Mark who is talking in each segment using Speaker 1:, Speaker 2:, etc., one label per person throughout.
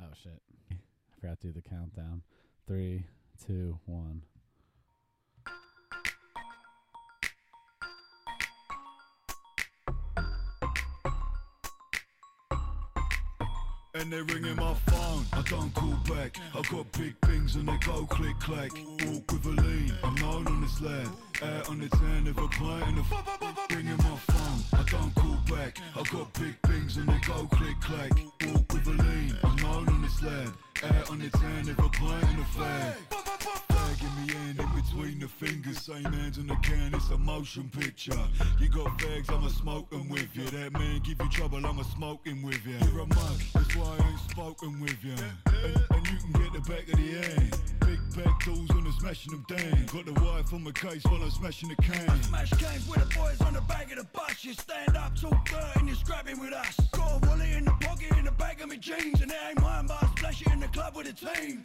Speaker 1: Oh, shit. I forgot to do the countdown. Three, two, one.
Speaker 2: And they're ringing my phone, I don't call back. I got big things and they go click clack. Walk with a lean, I'm known on this land. Out on the town, never playing the f- Ringing my phone, I don't call back. I got big things and they go click clack. Walk with a lean, I'm known on this land. Out on the town, never playing the flag. Flag in the hand, in between the fingers, same hands in the can, it's a motion picture. You got fags, I'ma smoke 'em with you. That man give you trouble, I'ma smoke him with you. You're a monk, that's why I ain't spoken with you. And, and you can get the back of the hand. Big back doors when I'm smashing them down. Got the wife on my case while I'm smashing the can.
Speaker 3: Smash games with the boys on the back of the bus. You stand up till third and you're scrapping with us. Got a wallet in the pocket in the back of my jeans. And it ain't mine, but I splash it in the club with the team.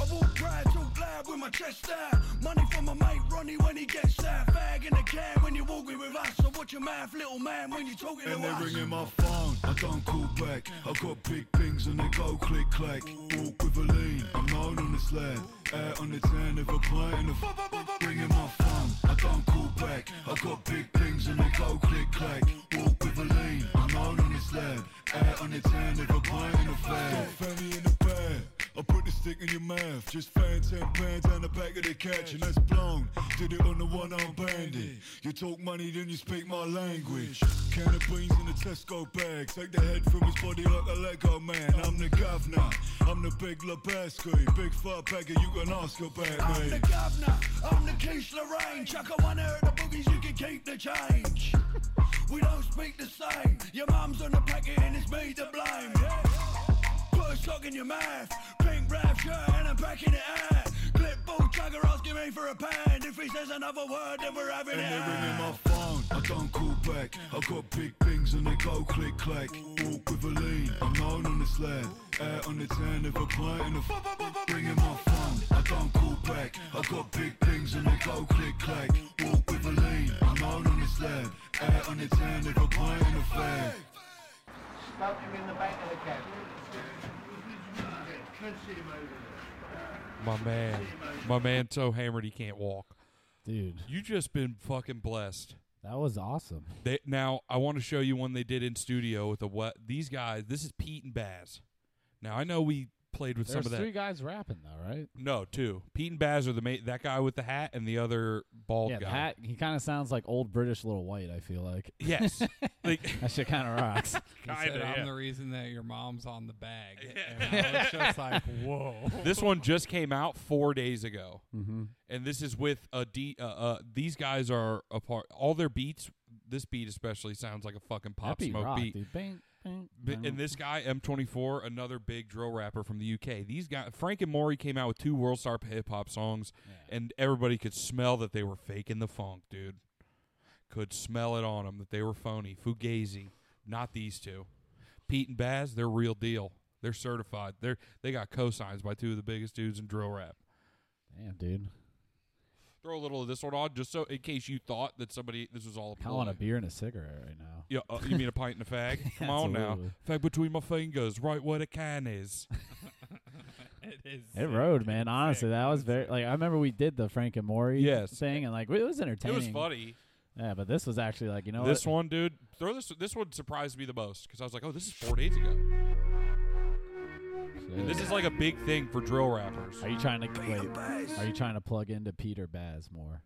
Speaker 3: I walk proud, talk loud with my chest out. Money from my mate Ronnie when he gets out. Fag in the can when you're walking with us. So watch your mouth, little man, when you're talking
Speaker 2: And
Speaker 3: to
Speaker 2: they're
Speaker 3: us.
Speaker 2: ringing my phone, I don't call back. I got big things and they go click clack. Walk with a lean, I'm known on this land. Out on the town, never playing the f- Ringing my phone, I don't call back. I got big things and they go click clack. Walk with a lean, I'm known on this land. Out on the town, never playing the flag. Got family in the bag. I put the stick in your mouth, just fan ten pounds down the back of the couch, and that's blown. Did it on the one arm bandit. You talk money, then you speak my language. Can of beans in a Tesco bag, take the head from his body like a Lego man. I'm the governor, I'm the big Lebowski, big fat bagger. You can ask about
Speaker 3: I'm
Speaker 2: me.
Speaker 3: the governor, I'm the Keith Lorraine. Chuck a one out of the boogies, you can keep the change. We don't speak the same. Your mum's on the packet and it's me to blame. Yeah. Put a sock in your mouth, pink wrap shirt and I'm packing it out. Clipboard chugger asking me for a pound. If he says another word, then we're having it
Speaker 2: And they're
Speaker 3: out.
Speaker 2: ringing my phone, I don't call back. I got big things and they go click clack. Walk with a lean, I'm known on this land. Out on the town, never playing the f- Ringing my phone, I don't call back. I got big things and they go click clack. Walk with a lean, I'm known on this land. Out on the town, never playing the flag.
Speaker 4: Smoke him in the back of the cab.
Speaker 5: My man, my man, so hammered he can't walk.
Speaker 1: Dude,
Speaker 5: You just been fucking blessed.
Speaker 1: that was awesome.
Speaker 5: They, now I want to show you one they did in studio with the what these guys. This is Pete and Baz. Now I know we played with
Speaker 1: There's
Speaker 5: some of that.
Speaker 1: three guys rapping though, right?
Speaker 5: No, two. Pete and Baz are the ma- that guy with the hat and the other bald
Speaker 1: yeah,
Speaker 5: guy.
Speaker 1: the hat. He kind of sounds like old British Little White. I feel like
Speaker 5: Yes, like
Speaker 1: that shit kind of rocks.
Speaker 6: He
Speaker 5: kinda,
Speaker 6: said, I'm
Speaker 5: yeah.
Speaker 6: the reason that your mom's on the bag. And I was just like, whoa.
Speaker 5: this one just came out four days ago, mm-hmm. and this is with a D. Uh, uh, these guys are a part. All their beats, this beat especially, sounds like a fucking
Speaker 1: That
Speaker 5: pop
Speaker 1: beat
Speaker 5: smoke
Speaker 1: rocked,
Speaker 5: beat.
Speaker 1: dude. Bang, bang,
Speaker 5: B-
Speaker 1: bang.
Speaker 5: And this guy M24, another big drill rapper from the UK. These guys, Frank and Maury, came out with two world star hip hop songs, and everybody could smell that they were faking the funk, dude. Could smell it on them that they were phony, fugazi. Not these two, Pete and Baz. They're real deal. They're certified. They're they got cosigns by two of the biggest dudes in drill rap.
Speaker 1: Damn, dude.
Speaker 5: Throw a little of this one on, just so in case you thought that somebody this was all a
Speaker 1: I want a
Speaker 5: ploy.
Speaker 1: beer and a cigarette right now.
Speaker 5: Yeah, uh, you mean a pint and a fag? Come on now,
Speaker 1: Absolutely.
Speaker 5: fag between my fingers, right where the can is.
Speaker 6: It is.
Speaker 1: It rode, man. Honestly, that was very like I remember we did the Frank and Maury
Speaker 5: Yes.
Speaker 1: thing, and like it was
Speaker 5: It
Speaker 1: entertaining.
Speaker 5: was funny.
Speaker 1: Yeah, but this was actually like you know
Speaker 5: this
Speaker 1: what?
Speaker 5: one, dude, throw this. This one surprised me the most because I was like, "Oh, this is four days ago."
Speaker 1: Shit.
Speaker 5: And this is like a big thing for drill rappers.
Speaker 1: Are you trying to wait? Are you trying to plug into Peter Baz more?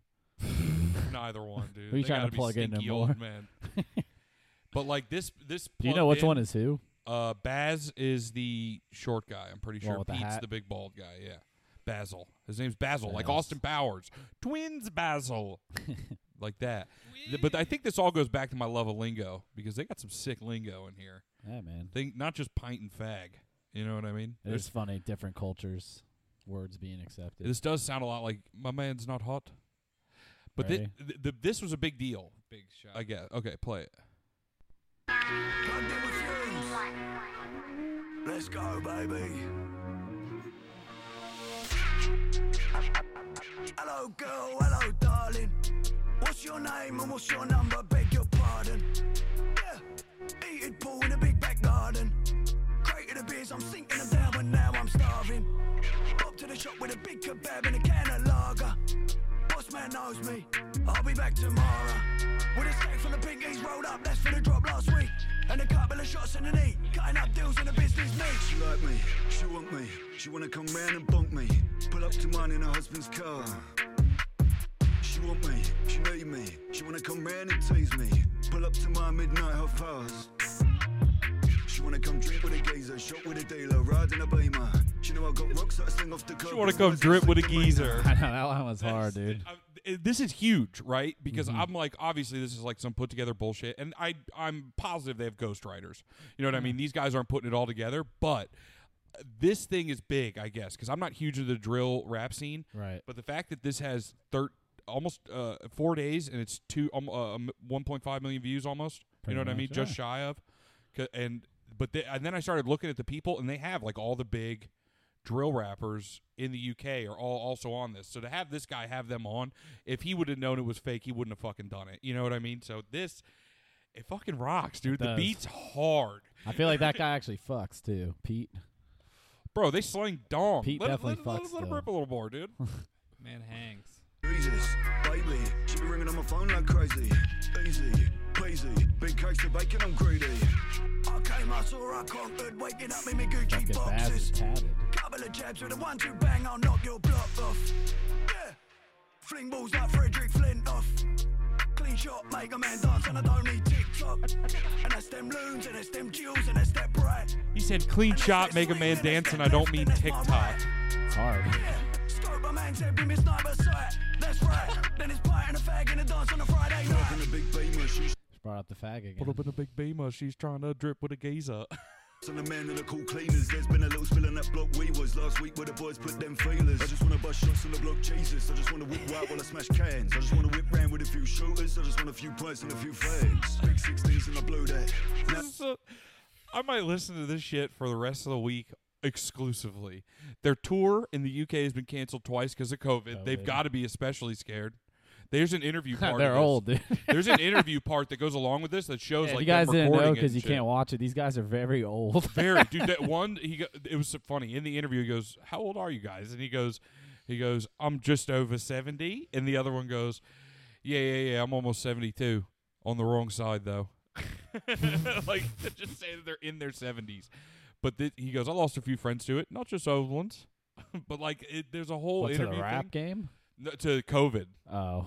Speaker 5: Neither one, dude.
Speaker 1: Who you
Speaker 5: They
Speaker 1: trying to
Speaker 5: gotta be
Speaker 1: plug into
Speaker 5: stinky
Speaker 1: more?
Speaker 5: old men. but like this, this.
Speaker 1: Do you know
Speaker 5: plugged
Speaker 1: which
Speaker 5: in,
Speaker 1: one is who?
Speaker 5: Uh, Baz is the short guy. I'm pretty
Speaker 1: One
Speaker 5: sure
Speaker 1: with the
Speaker 5: Pete's
Speaker 1: hat?
Speaker 5: the big bald guy. Yeah, Basil. His name's Basil, like
Speaker 1: Baz.
Speaker 5: Austin Powers. Twins Basil, like that. Th- But I think this all goes back to my love of lingo because they got some sick lingo in here.
Speaker 1: Yeah, man.
Speaker 5: Think not just pint and fag. You know what I mean?
Speaker 1: It
Speaker 5: There's-
Speaker 1: is funny, different cultures, words being accepted.
Speaker 5: This does sound a lot like my man's not hot. But thi-
Speaker 1: Ready?
Speaker 5: th- th- this was a big deal,
Speaker 6: Big shot.
Speaker 5: I guess. Okay, play it.
Speaker 3: Goddamn fumes. Let's go, baby. Hello, girl. Hello, darling. What's your name and what's your number? Beg your pardon. Yeah. Eating pool in a big back garden. Created the beers, I'm sinking them down, and now big kebab and a can of lager. Boss man knows me. I'll be back tomorrow. With a stack full of pinkies rolled up, that's for the drop last week. And a couple of shots in the knee, cutting up deals in the business meet.
Speaker 2: She like me, she want me, she wanna come round and bonk me. Pull up to mine in her husband's car. She want me, she need me, she wanna come round and tease me. Pull up to my midnight half past. She wanna come drink with a geezer, shop with a dealer, ride in a beamer. She know I got rocks that I sling off the club.
Speaker 5: She want to come drip with a geezer.
Speaker 1: I know that one was hard, dude. Mm-hmm.
Speaker 5: I- I- this is huge, right? Because I'm like, obviously, this is like some put together bullshit, and I I'm positive they have ghostwriters. You know what I mean? These guys aren't putting it all together, but uh, this thing is big, I guess, because I'm not huge into the drill rap scene,
Speaker 1: Right.
Speaker 5: But the fact that this has thir- almost uh, four days and it's two um, uh, um, 1.5 million views almost.
Speaker 1: Pretty
Speaker 5: you know what I
Speaker 1: much,
Speaker 5: mean? Just shy of, 'Ca- and but they, and then I started looking at the people, and they have like all the big drill rappers in the UK are all also on this. So to have this guy have them on, if he would have known it was fake, he wouldn't have fucking done it. You know what I mean? So this, it fucking rocks, dude. The
Speaker 1: does.
Speaker 5: beat's hard,
Speaker 1: I feel like that guy actually fucks too, Pete.
Speaker 5: bro. They slang dong.
Speaker 1: Pete
Speaker 5: let, it-
Speaker 1: definitely
Speaker 5: let, it- let,
Speaker 1: fucks,
Speaker 5: it- let him
Speaker 1: though.
Speaker 5: rip a little more, dude.
Speaker 6: Man Hanks.
Speaker 2: Jesus, baby, she be ringing on my phone like crazy. Easy, peasy, big cakes of bacon, I'm greedy.
Speaker 3: I came, I saw, I conquered, waking up in me Gucci
Speaker 1: Fucking Baz
Speaker 3: boxes.
Speaker 1: is tatted.
Speaker 3: Couple of jabs with a one two bang, I'll knock your block off. Yeah. Fling balls like Frederick Flintoff. Clean shot, make a man dance, and I don't need TikTok. And that's them loons, and that's them jewels, and that's that brat.
Speaker 5: He said, "Clean
Speaker 3: And that's
Speaker 5: shot,
Speaker 3: that
Speaker 5: make a
Speaker 3: swing, and
Speaker 5: man
Speaker 3: that's
Speaker 5: dance,"
Speaker 3: that
Speaker 5: and I don't
Speaker 3: left,
Speaker 5: mean
Speaker 3: and that's my
Speaker 5: TikTok.
Speaker 3: right.
Speaker 1: It's hard.
Speaker 3: Yeah. Scope a man's head with my sniper sight. That's right. then it's pie and a fag and a dance on a Friday night.
Speaker 2: In a big beamer, she's
Speaker 1: Just brought up the fag again.
Speaker 5: Put up in a big beamer. She's trying to drip with a gazer.
Speaker 2: And the man in the cool cleaners, there's been a little spill on that block we was last week where the boys put them feelers. I just wanna bust shots on the block, Jesus. I just wanna whip white while I smash cans. I just wanna whip round with a few shooters. I just want a few points and a few fans. Big 16s and I blew that. Now,
Speaker 5: This is a- I might listen to this shit for the rest of the week exclusively. Their tour in the UK has been canceled twice because of COVID. They've
Speaker 1: COVID.
Speaker 5: got to be especially scared. There's an interview part. of
Speaker 1: They're
Speaker 5: this.
Speaker 1: old, dude.
Speaker 5: There's an interview part that goes along with this that shows
Speaker 1: If
Speaker 5: like
Speaker 1: you guys
Speaker 5: them
Speaker 1: didn't know
Speaker 5: recording it
Speaker 1: because
Speaker 5: and
Speaker 1: you
Speaker 5: shit.
Speaker 1: can't watch it. These guys are very old.
Speaker 5: Very dude. That one he go, it was so funny in the interview. He goes, "How old are you guys?" And he goes, "He goes, I'm just over 70." And the other one goes, "Yeah, yeah, yeah. I'm almost 72. On the wrong side though." like to just say that they're in their 70s. But th- he goes, "I lost a few friends to it, not just old ones." but like, it, there's a whole
Speaker 1: What, to the
Speaker 5: interview
Speaker 1: rap
Speaker 5: thing
Speaker 1: game?
Speaker 5: No, to COVID
Speaker 1: Oh,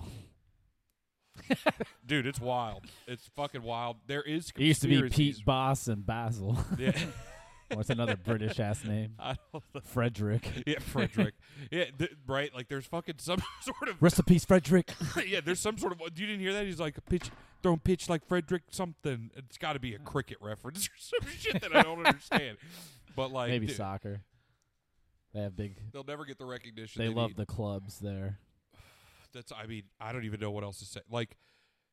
Speaker 5: dude. It's wild. It's fucking wild. There is
Speaker 1: it used to be
Speaker 5: conspiracies.
Speaker 1: Pete Boss and Basil.
Speaker 5: Yeah,
Speaker 1: What's another British ass name?
Speaker 5: I don't know.
Speaker 1: Frederick.
Speaker 5: Yeah, Frederick. yeah, th- right. Like, there's fucking some sort of
Speaker 1: Rest in peace, Frederick.
Speaker 5: yeah. There's some sort of. You didn't hear that? He's like pitch, throwing pitch like Frederick something. It's got to be a cricket reference or some shit that I don't understand. But like,
Speaker 1: Maybe
Speaker 5: dude,
Speaker 1: soccer. They have big.
Speaker 5: They'll never get the recognition.
Speaker 1: They love
Speaker 5: need.
Speaker 1: the clubs there.
Speaker 5: That's. I mean, I don't even know what else to say. Like,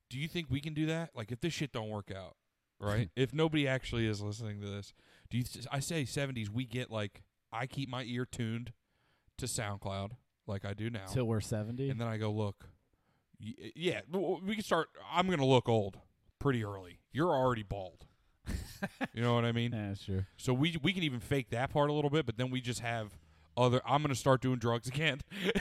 Speaker 5: do you think we can do that? Like, if this shit don't work out, right? if nobody actually is listening to this, do you? Th- I say 70s. We get like. I keep my ear tuned to SoundCloud like I do now.
Speaker 1: Till we're seventy.
Speaker 5: and then I go look. y- Yeah, w- w- we can start. I'm gonna look old pretty early. You're already bald. you know what I mean?
Speaker 1: Yeah, sure.
Speaker 5: So we we can even fake that part a little bit, but then we just have other. I'm gonna start doing drugs again.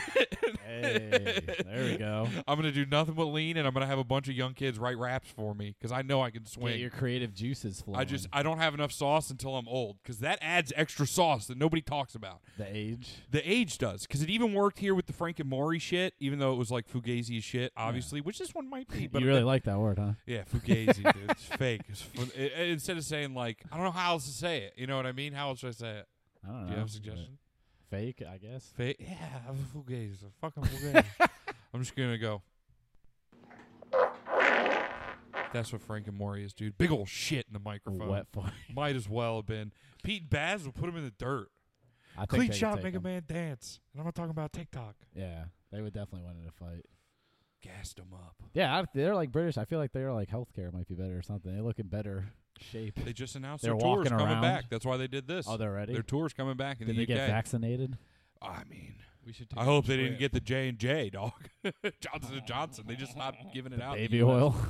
Speaker 1: Hey, there we go.
Speaker 5: I'm gonna do nothing but lean, and I'm gonna have a bunch of young kids write raps for me because I know I can
Speaker 1: Get
Speaker 5: swing.
Speaker 1: your creative juices flowing.
Speaker 5: I just I don't have enough sauce until I'm old because that adds extra sauce that nobody talks about.
Speaker 1: the age.
Speaker 5: The age does, because it even worked here with the Frank and Maury shit, even though it was like Fugazi as shit, obviously, which this one might be. But
Speaker 1: you really like that word, huh?
Speaker 5: yeah, Fugazi, dude, it's fake. It's fu- i- i- instead of saying like, I don't know how else to say it. You know what I mean? How else should I say it?
Speaker 1: I don't know.
Speaker 5: Do you have a suggestion?
Speaker 1: Fake, I guess.
Speaker 5: Fake? Yeah, I'm a Fugazi. I'm fucking Fugazi. I'm just gonna go. That's what Frank and Maury is, dude. Big old shit in the microphone.
Speaker 1: Wet fart.
Speaker 5: Might as well have been. Pete and Baz will put him in the dirt.
Speaker 1: I think
Speaker 5: Clean
Speaker 1: they could
Speaker 5: shot,
Speaker 1: take
Speaker 5: make a
Speaker 1: them.
Speaker 5: man dance. And I'm not talking about TikTok.
Speaker 1: Yeah, they would definitely win in a fight.
Speaker 5: Gassed him up.
Speaker 1: Yeah, I, they're like British. I feel like they're like healthcare might be better or something. They look in better shape.
Speaker 5: They just announced
Speaker 1: They're
Speaker 5: their tour's
Speaker 1: walking
Speaker 5: coming
Speaker 1: around.
Speaker 5: back. That's why they did this.
Speaker 1: Oh, they're ready.
Speaker 5: Their tour's coming back in
Speaker 1: Did
Speaker 5: the
Speaker 1: they
Speaker 5: UK.
Speaker 1: get vaccinated?
Speaker 5: I mean,
Speaker 6: We should take
Speaker 5: I hope
Speaker 6: a
Speaker 5: they didn't
Speaker 6: trip.
Speaker 5: get the J and J, dog. Johnson and Johnson. They just stopped giving it out. in the
Speaker 1: Baby
Speaker 5: US.
Speaker 1: oil?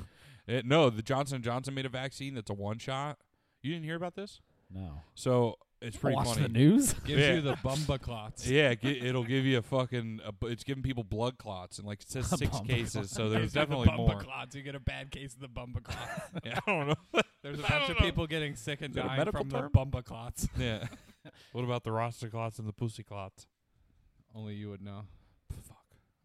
Speaker 5: Eh, no, the Johnson and Johnson made a vaccine that's a one shot. You didn't hear about this?
Speaker 1: no.
Speaker 5: So It's pretty
Speaker 1: Watch
Speaker 5: funny.
Speaker 1: the news.
Speaker 6: Gives
Speaker 5: Yeah.
Speaker 6: you the bumba clots.
Speaker 5: Yeah, it gi- it'll give you a fucking. A, bu- it's giving people blood clots, and like it says six
Speaker 1: Bumper
Speaker 5: cases, so there's
Speaker 6: Gives you
Speaker 5: definitely
Speaker 6: the bumba
Speaker 5: more.
Speaker 6: clots. You get a bad case of the bumba clots.
Speaker 5: Yeah, I don't know.
Speaker 6: There's a
Speaker 5: I
Speaker 6: bunch
Speaker 5: don't
Speaker 6: of
Speaker 5: know.
Speaker 6: people getting sick and
Speaker 5: Is that a
Speaker 6: dying
Speaker 5: medical
Speaker 6: from
Speaker 5: term?
Speaker 6: the bumba clots.
Speaker 5: yeah. What about the roster clots and the pussy clots?
Speaker 6: Only you would know.
Speaker 5: Fuck.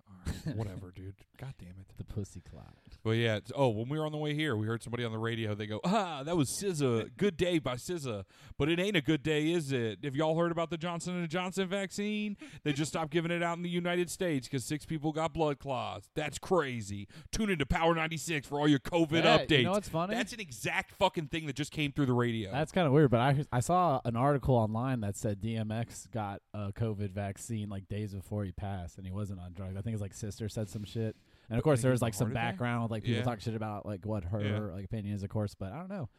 Speaker 5: All right, whatever, dude. God damn it.
Speaker 1: the pussy clock.
Speaker 5: But yeah, it's, oh, when we were on the way here, we heard somebody on the radio. They go, "Ah, that was SZA. Good day by SZA, but it ain't a good day, is it? Have y'all heard about the Johnson and Johnson vaccine? They just stopped giving it out in the United States because six people got blood clots. That's crazy. Tune into Power ninety six for all your COVID
Speaker 1: Yeah, you
Speaker 5: updates.
Speaker 1: know what's funny?
Speaker 5: That's an exact fucking thing that just came through the radio.
Speaker 1: That's kind of weird, but I I saw an article online that said DMX got a COVID vaccine like days before he passed, and he wasn't on drugs. I think his like sister said some shit, and of course
Speaker 5: Like
Speaker 1: there
Speaker 5: he
Speaker 1: was like some
Speaker 5: recorded that?
Speaker 1: background with like people
Speaker 5: Yeah.
Speaker 1: talking shit about like what her
Speaker 5: Yeah.
Speaker 1: like opinion is, of course. But I don't know,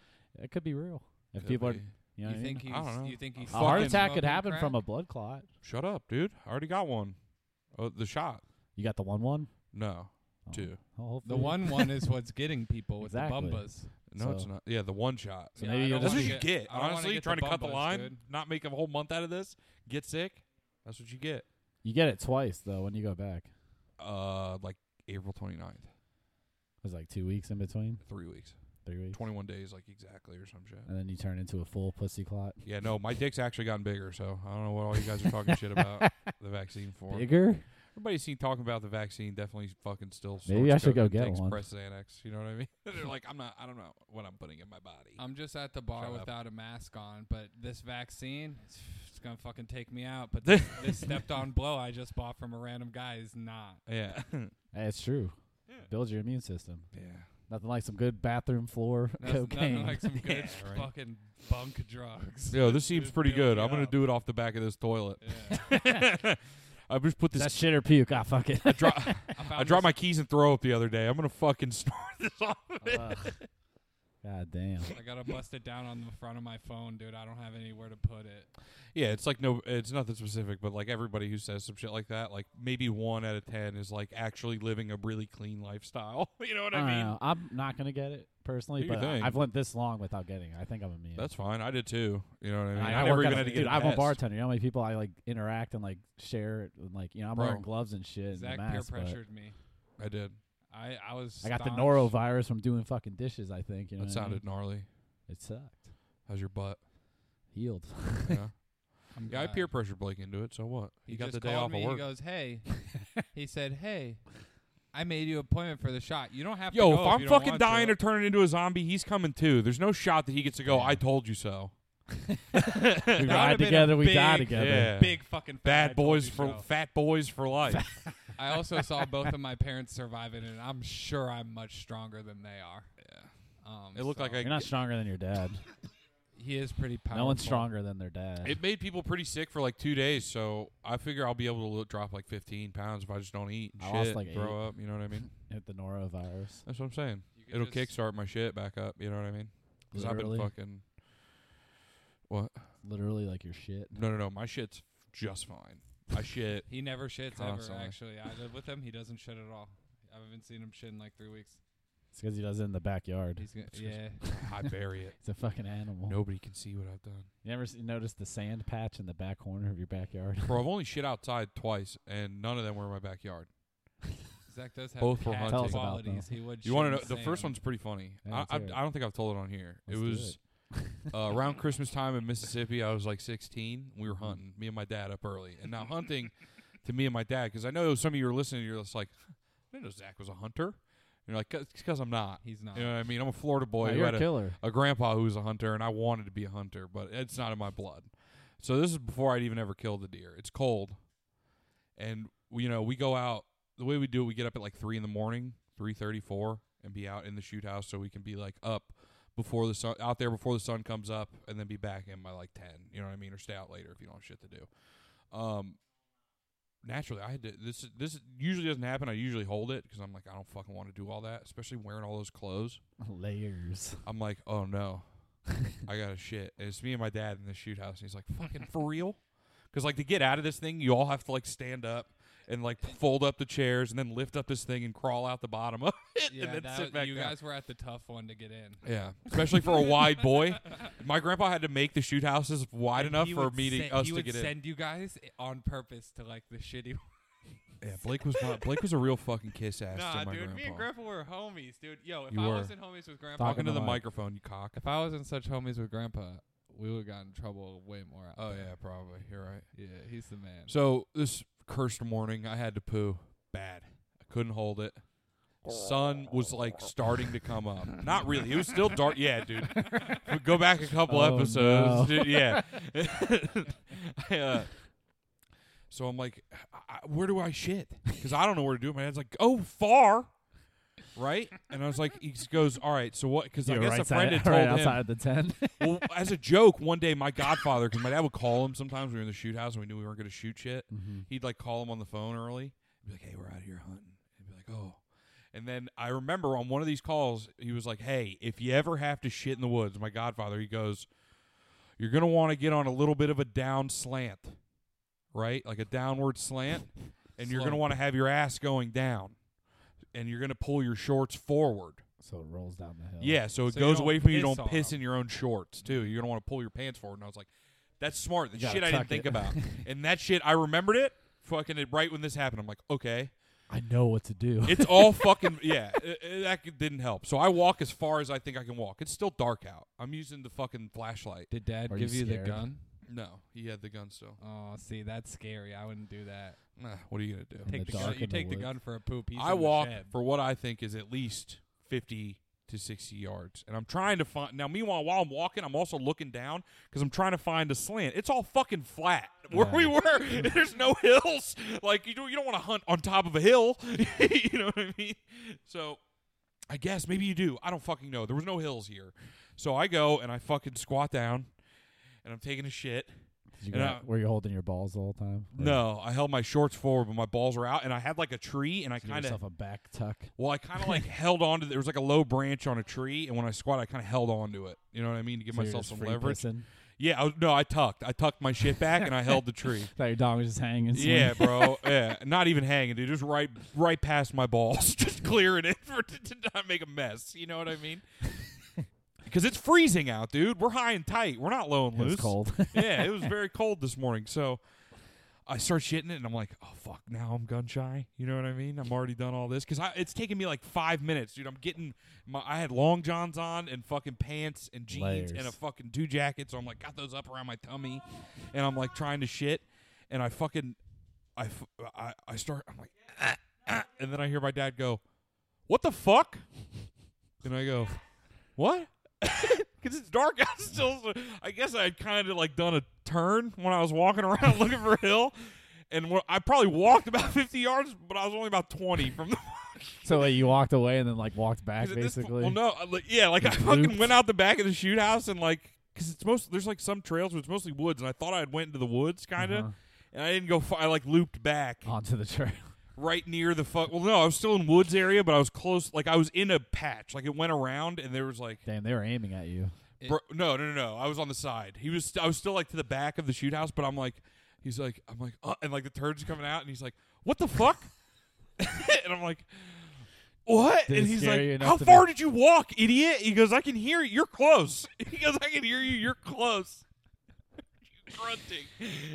Speaker 1: it could be real if
Speaker 5: Could
Speaker 1: people
Speaker 5: be.
Speaker 1: are you know what I
Speaker 6: you think
Speaker 1: mean?
Speaker 5: I don't
Speaker 6: he's,
Speaker 5: know.
Speaker 6: you think he's
Speaker 1: a heart
Speaker 6: fucking
Speaker 1: attack could
Speaker 6: smoking
Speaker 1: happen
Speaker 6: crack?
Speaker 1: from a blood clot.
Speaker 5: shut up, dude. I already got one. Oh, the shot.
Speaker 1: You got the one one.
Speaker 5: No,
Speaker 1: Oh.
Speaker 5: two.
Speaker 1: Oh, hopefully-
Speaker 6: The one one is what's getting people with
Speaker 1: Exactly.
Speaker 6: the bumbas.
Speaker 5: No, it's
Speaker 1: So-
Speaker 5: not. Yeah, the one shot.
Speaker 1: So maybe
Speaker 6: I
Speaker 1: you'll
Speaker 6: don't
Speaker 5: That's
Speaker 1: wanna
Speaker 5: what
Speaker 6: wanna
Speaker 5: you get.
Speaker 6: I don't wanna
Speaker 5: honestly,
Speaker 6: get
Speaker 5: trying to cut the
Speaker 6: bumbas,
Speaker 5: line,
Speaker 6: dude.
Speaker 5: not make a whole month out of this, get sick. That's what you get.
Speaker 1: You get it twice though when you go back.
Speaker 5: Uh, like April 29th,
Speaker 1: There's like two weeks in between,
Speaker 5: three weeks,
Speaker 1: three weeks,
Speaker 5: 21 days, like exactly or some shit.
Speaker 1: and then you turn into a full pussy clot.
Speaker 5: Yeah, no, my dick's actually gotten bigger, so I don't know what all you guys are talking shit about the vaccine for.
Speaker 1: Bigger.
Speaker 5: Everybody's seen talking about the vaccine. Definitely fucking still.
Speaker 1: Maybe I
Speaker 5: snorts
Speaker 1: should
Speaker 5: coke
Speaker 1: go
Speaker 5: and
Speaker 1: get
Speaker 5: takes
Speaker 1: one.
Speaker 5: Press Xanax. You know what I mean? They're like, I'm not. I don't know what I'm putting in my body.
Speaker 6: I'm just at the bar
Speaker 5: Shut up.
Speaker 6: without a mask on, but this vaccine, it's, it's gonna fucking take me out. But this, this stepped on blow I just bought from a random guy is not.
Speaker 5: yeah.
Speaker 1: Hey, it's true. Build your immune system.
Speaker 5: yeah.
Speaker 1: Nothing like some good bathroom floor
Speaker 6: That's
Speaker 1: cocaine.
Speaker 6: nothing like some good
Speaker 5: Yeah, right.
Speaker 6: fucking bunk drugs.
Speaker 5: Yo, this seems
Speaker 6: Just
Speaker 5: pretty
Speaker 6: build
Speaker 5: good.
Speaker 6: you
Speaker 5: I'm gonna
Speaker 6: up.
Speaker 5: do it off the back of this toilet.
Speaker 6: Yeah.
Speaker 5: I just put
Speaker 1: Is that
Speaker 5: this.
Speaker 1: shit or puke? Ah, fuck it.
Speaker 5: I, dro-
Speaker 6: found
Speaker 5: I dropped
Speaker 6: this-
Speaker 5: my keys and throw up the other day. I'm gonna fucking snort this off.
Speaker 1: Ugh. God damn.
Speaker 6: I gotta bust it down on the front of my phone, dude. I don't have anywhere to put it.
Speaker 5: Yeah, it's like no, it's nothing specific, but like everybody who says some shit like that, like maybe one out of ten is like actually living a really clean lifestyle. you know what I,
Speaker 1: I
Speaker 5: mean?
Speaker 1: don't know. I'm not gonna get it personally,
Speaker 5: Do your
Speaker 1: but I,
Speaker 5: thing.
Speaker 1: have went this long without getting. it. I think I'm immune.
Speaker 5: That's fine. I did too. You know what I mean?
Speaker 1: And
Speaker 5: I,
Speaker 1: I
Speaker 5: never
Speaker 1: work
Speaker 5: even
Speaker 1: at
Speaker 5: had
Speaker 1: a,
Speaker 5: to get
Speaker 1: dude,
Speaker 5: a
Speaker 1: I'm a
Speaker 5: test.
Speaker 1: bartender. You know how many people I like interact and like share it, and, like you know I'm
Speaker 5: Bro.
Speaker 1: wearing gloves and shit.
Speaker 6: Zach
Speaker 1: and a mask,
Speaker 6: peer
Speaker 1: but
Speaker 6: pressured me.
Speaker 5: I did.
Speaker 6: I I was.
Speaker 1: I got the
Speaker 6: staunch.
Speaker 1: norovirus from doing fucking dishes. I think you know. what I
Speaker 5: that
Speaker 1: mean?
Speaker 5: sounded gnarly.
Speaker 1: It sucked.
Speaker 5: How's your butt?
Speaker 1: Healed.
Speaker 5: Yeah,
Speaker 6: I'm
Speaker 5: yeah I
Speaker 6: glad.
Speaker 5: peer pressured Blake into it. So what?
Speaker 6: He,
Speaker 5: you got
Speaker 6: Uh, just
Speaker 5: the day
Speaker 6: called
Speaker 5: off
Speaker 6: me.
Speaker 5: of work.
Speaker 6: He goes, "Hey," he said, "Hey, I made you an appointment for the shot. You don't have
Speaker 5: Yo,
Speaker 6: to
Speaker 5: if
Speaker 6: go
Speaker 5: I'm
Speaker 6: you don't
Speaker 5: fucking
Speaker 6: want to."
Speaker 5: dying or turning into a zombie, he's coming too. There's no shot that he gets to go.
Speaker 6: Yeah.
Speaker 5: I told you so.
Speaker 1: we
Speaker 6: That
Speaker 1: ride
Speaker 6: would've been a
Speaker 1: together. We die
Speaker 6: big-
Speaker 1: together.
Speaker 5: Yeah.
Speaker 6: big fucking fat I told
Speaker 5: Bad boys
Speaker 6: you
Speaker 5: for
Speaker 6: so.
Speaker 5: fat boys for life.
Speaker 6: I also saw both of my parents surviving, and I'm sure I'm much stronger than they are. Yeah. Um,
Speaker 5: It looked
Speaker 6: so-
Speaker 5: like I
Speaker 1: You're not stronger than your dad.
Speaker 6: He is pretty powerful.
Speaker 1: No one's stronger than their dad.
Speaker 5: It made people pretty sick for like two days, so I figure I'll be able to lo- drop like 15 pounds if I just don't eat and
Speaker 1: I
Speaker 5: shit,
Speaker 1: lost, like,
Speaker 5: throw up. You know what I mean?
Speaker 1: hit the norovirus.
Speaker 5: That's what I'm saying.
Speaker 6: You could
Speaker 5: It'll
Speaker 6: just-
Speaker 5: kickstart my shit back up. You know what I mean? Because I've been
Speaker 1: Literally.
Speaker 5: fucking. What?
Speaker 1: Literally, like your shit.
Speaker 5: No, no, no. My shit's just fine. I shit.
Speaker 6: He never shits
Speaker 5: Constantly.
Speaker 6: ever. Actually, I live with him. He doesn't shit at all. I haven't seen him shit in like three weeks.
Speaker 1: It's because he does it in the backyard.
Speaker 6: He's gonna,
Speaker 5: It's just-
Speaker 6: yeah.
Speaker 5: I bury it.
Speaker 1: It's a fucking animal.
Speaker 5: Nobody can see what I've done.
Speaker 1: You ever s- notice the sand patch in the back corner of your backyard?
Speaker 5: Bro, I've only shit outside twice, and none of them were in my backyard.
Speaker 6: Zach does have
Speaker 5: Both were
Speaker 6: cat
Speaker 5: hunting. Tell us
Speaker 1: about
Speaker 6: qualities. He would.
Speaker 5: You want to
Speaker 6: shit
Speaker 5: know?
Speaker 6: in
Speaker 5: The first
Speaker 6: sand.
Speaker 5: one's pretty funny.
Speaker 1: Yeah,
Speaker 5: I,
Speaker 1: let's
Speaker 5: I, I
Speaker 1: hear it.
Speaker 5: don't think I've told it on here.
Speaker 1: Let's
Speaker 5: it
Speaker 1: do
Speaker 5: was uh, around Christmas time in Mississippi. I was like 16. We were hunting, me and my dad up early. And now hunting to me and my dad, because I know some of you are listening, you're just like, I didn't know Zach was a hunter. And you're like, it's because I'm not.
Speaker 6: He's not.
Speaker 5: You know what I mean? I'm a Florida boy.
Speaker 1: Oh,
Speaker 5: who
Speaker 1: you're
Speaker 5: had
Speaker 1: a killer.
Speaker 5: a grandpa who was a hunter, and I wanted to be a hunter, but it's not in my blood. So this is before I'd even ever killed a deer. It's cold, and you know we go out. The way we do it, we get up at like three in the morning, three thirty, four, and be out in the shoot house so we can be like up before the sun, out there before the sun comes up, and then be back in by like ten. You know what I mean? Or stay out later if you don't have shit to do. Um, naturally, I had to. This this usually doesn't happen. I usually hold it because I'm like I don't fucking want to do all that, especially wearing all those clothes.
Speaker 1: Layers.
Speaker 5: I'm like, oh no, I got to shit. And it's me and my dad in the shoot house. And he's like, fucking for real? Because like to get out of this thing, you all have to like stand up. and like fold up the chairs and then lift up this thing and crawl out the bottom of it
Speaker 6: Yeah,
Speaker 5: and then
Speaker 6: that
Speaker 5: sit
Speaker 6: was-
Speaker 5: back
Speaker 6: you
Speaker 5: down.
Speaker 6: guys were at the tough one to get in.
Speaker 5: Yeah, especially for a wide boy. My grandpa had to make the shoot houses wide
Speaker 6: And
Speaker 5: enough
Speaker 6: he
Speaker 5: for
Speaker 6: would
Speaker 5: me to,
Speaker 6: send-
Speaker 5: us
Speaker 6: he
Speaker 5: to
Speaker 6: would
Speaker 5: get in.
Speaker 6: send you guys on purpose to like the shitty.
Speaker 5: Yeah, Blake was my, Blake was a real fucking kiss ass
Speaker 6: Nah,
Speaker 5: to my
Speaker 6: dude,
Speaker 5: grandpa.
Speaker 6: me and Grandpa were homies, dude. Yo, if
Speaker 5: You
Speaker 6: I
Speaker 5: were.
Speaker 6: wasn't homies with Grandpa,
Speaker 5: Talking to the
Speaker 1: Fucking alive.
Speaker 5: microphone, you cock.
Speaker 6: if I wasn't such homies with Grandpa, we would have gotten in trouble way more. Out
Speaker 5: Oh
Speaker 6: there.
Speaker 5: yeah, probably. You're right.
Speaker 6: yeah, he's the man.
Speaker 5: So this cursed morning, I had to poo bad. I couldn't hold it. Sun was like starting to come up. Not really. It was still dark. Yeah, dude. We go back a couple
Speaker 1: Oh,
Speaker 5: episodes.
Speaker 1: no.
Speaker 5: dude, yeah. I, uh, so I'm like, I, I- where do I shit? Because I don't know where to do it. My dad's like, oh, far. Right? And I was like, he just goes, all right, so what? Because I
Speaker 1: You're
Speaker 5: guess
Speaker 1: right
Speaker 5: a friend
Speaker 1: side-
Speaker 5: had
Speaker 1: right
Speaker 5: told him.
Speaker 1: outside the tent.
Speaker 5: well, as a joke, one day my godfather, because my dad would call him sometimes. when We were in the shoot house and we knew we weren't going to shoot shit. He'd like call him on the phone early. He'd be like, "Hey, we're out here hunting." He'd be like, "Oh." And then I remember on one of these calls, he was like, "Hey, if you ever have to shit in the woods, my godfather," he goes, "You're going to want to get on a little bit of a down slant, right? Like a downward slant, and you're going to
Speaker 6: Slope.
Speaker 5: want to have your ass going down, and you're going to pull your shorts forward."
Speaker 1: so it rolls down the hill.
Speaker 5: Yeah, so it
Speaker 6: So you
Speaker 5: goes
Speaker 6: don't
Speaker 5: away from you. You
Speaker 6: piss
Speaker 5: don't
Speaker 6: on
Speaker 5: piss
Speaker 6: them.
Speaker 5: in your own shorts too. You're gonna want to pull your pants forward. And I was like, that's smart. The
Speaker 1: You gotta
Speaker 5: shit I didn't
Speaker 1: tuck
Speaker 5: think
Speaker 1: it.
Speaker 5: about. and that shit, I remembered it. Fucking it right when this happened. I'm like, okay,
Speaker 1: I know what to do.
Speaker 5: it's all fucking yeah. i- i- that c- didn't help. So I walk as far as I think I can walk. It's still dark out. I'm using the fucking flashlight.
Speaker 6: Did Dad
Speaker 1: Are you
Speaker 6: give you, the
Speaker 1: scared?
Speaker 6: gun?
Speaker 5: No, he had the gun still.
Speaker 6: Oh, see, that's scary. I wouldn't do that.
Speaker 5: Nah, what are you gonna do?
Speaker 1: In
Speaker 6: Take
Speaker 1: the
Speaker 6: the, gun.
Speaker 1: dark
Speaker 6: You
Speaker 1: in the
Speaker 6: take the,
Speaker 1: woods.
Speaker 6: gun for a poop. He's in
Speaker 5: I
Speaker 6: the
Speaker 5: walk
Speaker 6: shed.
Speaker 5: for what I think is at least 50 to 60 yards. And I'm trying to find. Now, meanwhile, while I'm walking, I'm also looking down because I'm trying to find a slant. It's all fucking flat where
Speaker 1: Yeah.
Speaker 5: we were. There's no hills. Like, you don't, you don't want to hunt on top of a hill. you know what I mean? So. I guess maybe you do. I don't fucking know. There was no hills here. So I go and I fucking squat down and I'm taking a shit.
Speaker 1: Did you
Speaker 5: and
Speaker 1: got-
Speaker 5: I-
Speaker 1: were you holding your balls the whole time? Or
Speaker 5: uh, No, I held my shorts forward, but my balls were out and I had like a tree and I
Speaker 1: did you give
Speaker 5: kind of
Speaker 1: yourself a back tuck.
Speaker 5: Well, I kind of like held on to there was like a low branch on a tree, and when I squatted, I kind of held on to it. You know what I mean to give
Speaker 1: So you're
Speaker 5: myself
Speaker 1: just
Speaker 5: some
Speaker 1: free
Speaker 5: leverage.
Speaker 1: pissing?
Speaker 5: Yeah, I was, no, I tucked. I tucked my shit back and I held the tree.
Speaker 1: Thought your dong was just hanging. swinging.
Speaker 5: Yeah, bro. Yeah, not even hanging, dude. Just right, right past my balls, just clearing it for to, to not make a mess. You know what I mean? Because it's freezing out, dude. We're high and tight. We're not low and
Speaker 1: it
Speaker 5: loose.
Speaker 1: was cold.
Speaker 5: yeah, it was very cold this morning. So I start shitting it, and I'm like, oh fuck, now I'm gun shy. You know what I mean? I'm already done all this because it's taking me like five minutes, dude. I'm getting my I had long johns on and fucking pants and jeans and a
Speaker 1: Layers.
Speaker 5: fucking two jackets, so I'm like got those up around my tummy, and I'm like trying to shit, and I fucking I f- I, I start I'm like, "Ah, ah," and then I hear my dad go, what the fuck? And I go, what? Because it's dark out still. so I guess I had kind of like done a turn when I was walking around looking for a hill. And wh- I probably walked about 50 yards, but I was only about 20 from the.
Speaker 1: so like you walked away and then like walked
Speaker 5: 'cause
Speaker 1: back
Speaker 5: at this po-
Speaker 1: basically.
Speaker 5: well, no. I- Like, yeah, like I
Speaker 1: Just
Speaker 5: fucking
Speaker 1: looped.
Speaker 5: went out the back of the shoot house and like. Because it's most. There's like some trails, but it's mostly woods. And I thought I had went into the woods, kind of.
Speaker 1: Uh-huh. Uh.
Speaker 5: And I didn't go. Far, I like looped back
Speaker 1: onto the trail.
Speaker 5: right near the fuck. Well, no, I was still in woods area, but I was close. Like I was in a patch. Like it went around, and there was like
Speaker 1: Damn, they were aiming at you.
Speaker 6: It-
Speaker 5: Bro, no, no, no, no. I was on the side. He was. I was still like to the back of the shoot house, but I'm like, he's like, I'm like, uh, and like the turds coming out, and he's like, what the fuck? and I'm like, what?
Speaker 1: Did it
Speaker 5: and he's
Speaker 1: scare you
Speaker 5: like,
Speaker 1: enough
Speaker 5: how
Speaker 1: to
Speaker 5: far
Speaker 1: be-
Speaker 5: did you walk, idiot? He goes, I can hear you. You're close. He goes, I can hear you. You're close. You're grunting,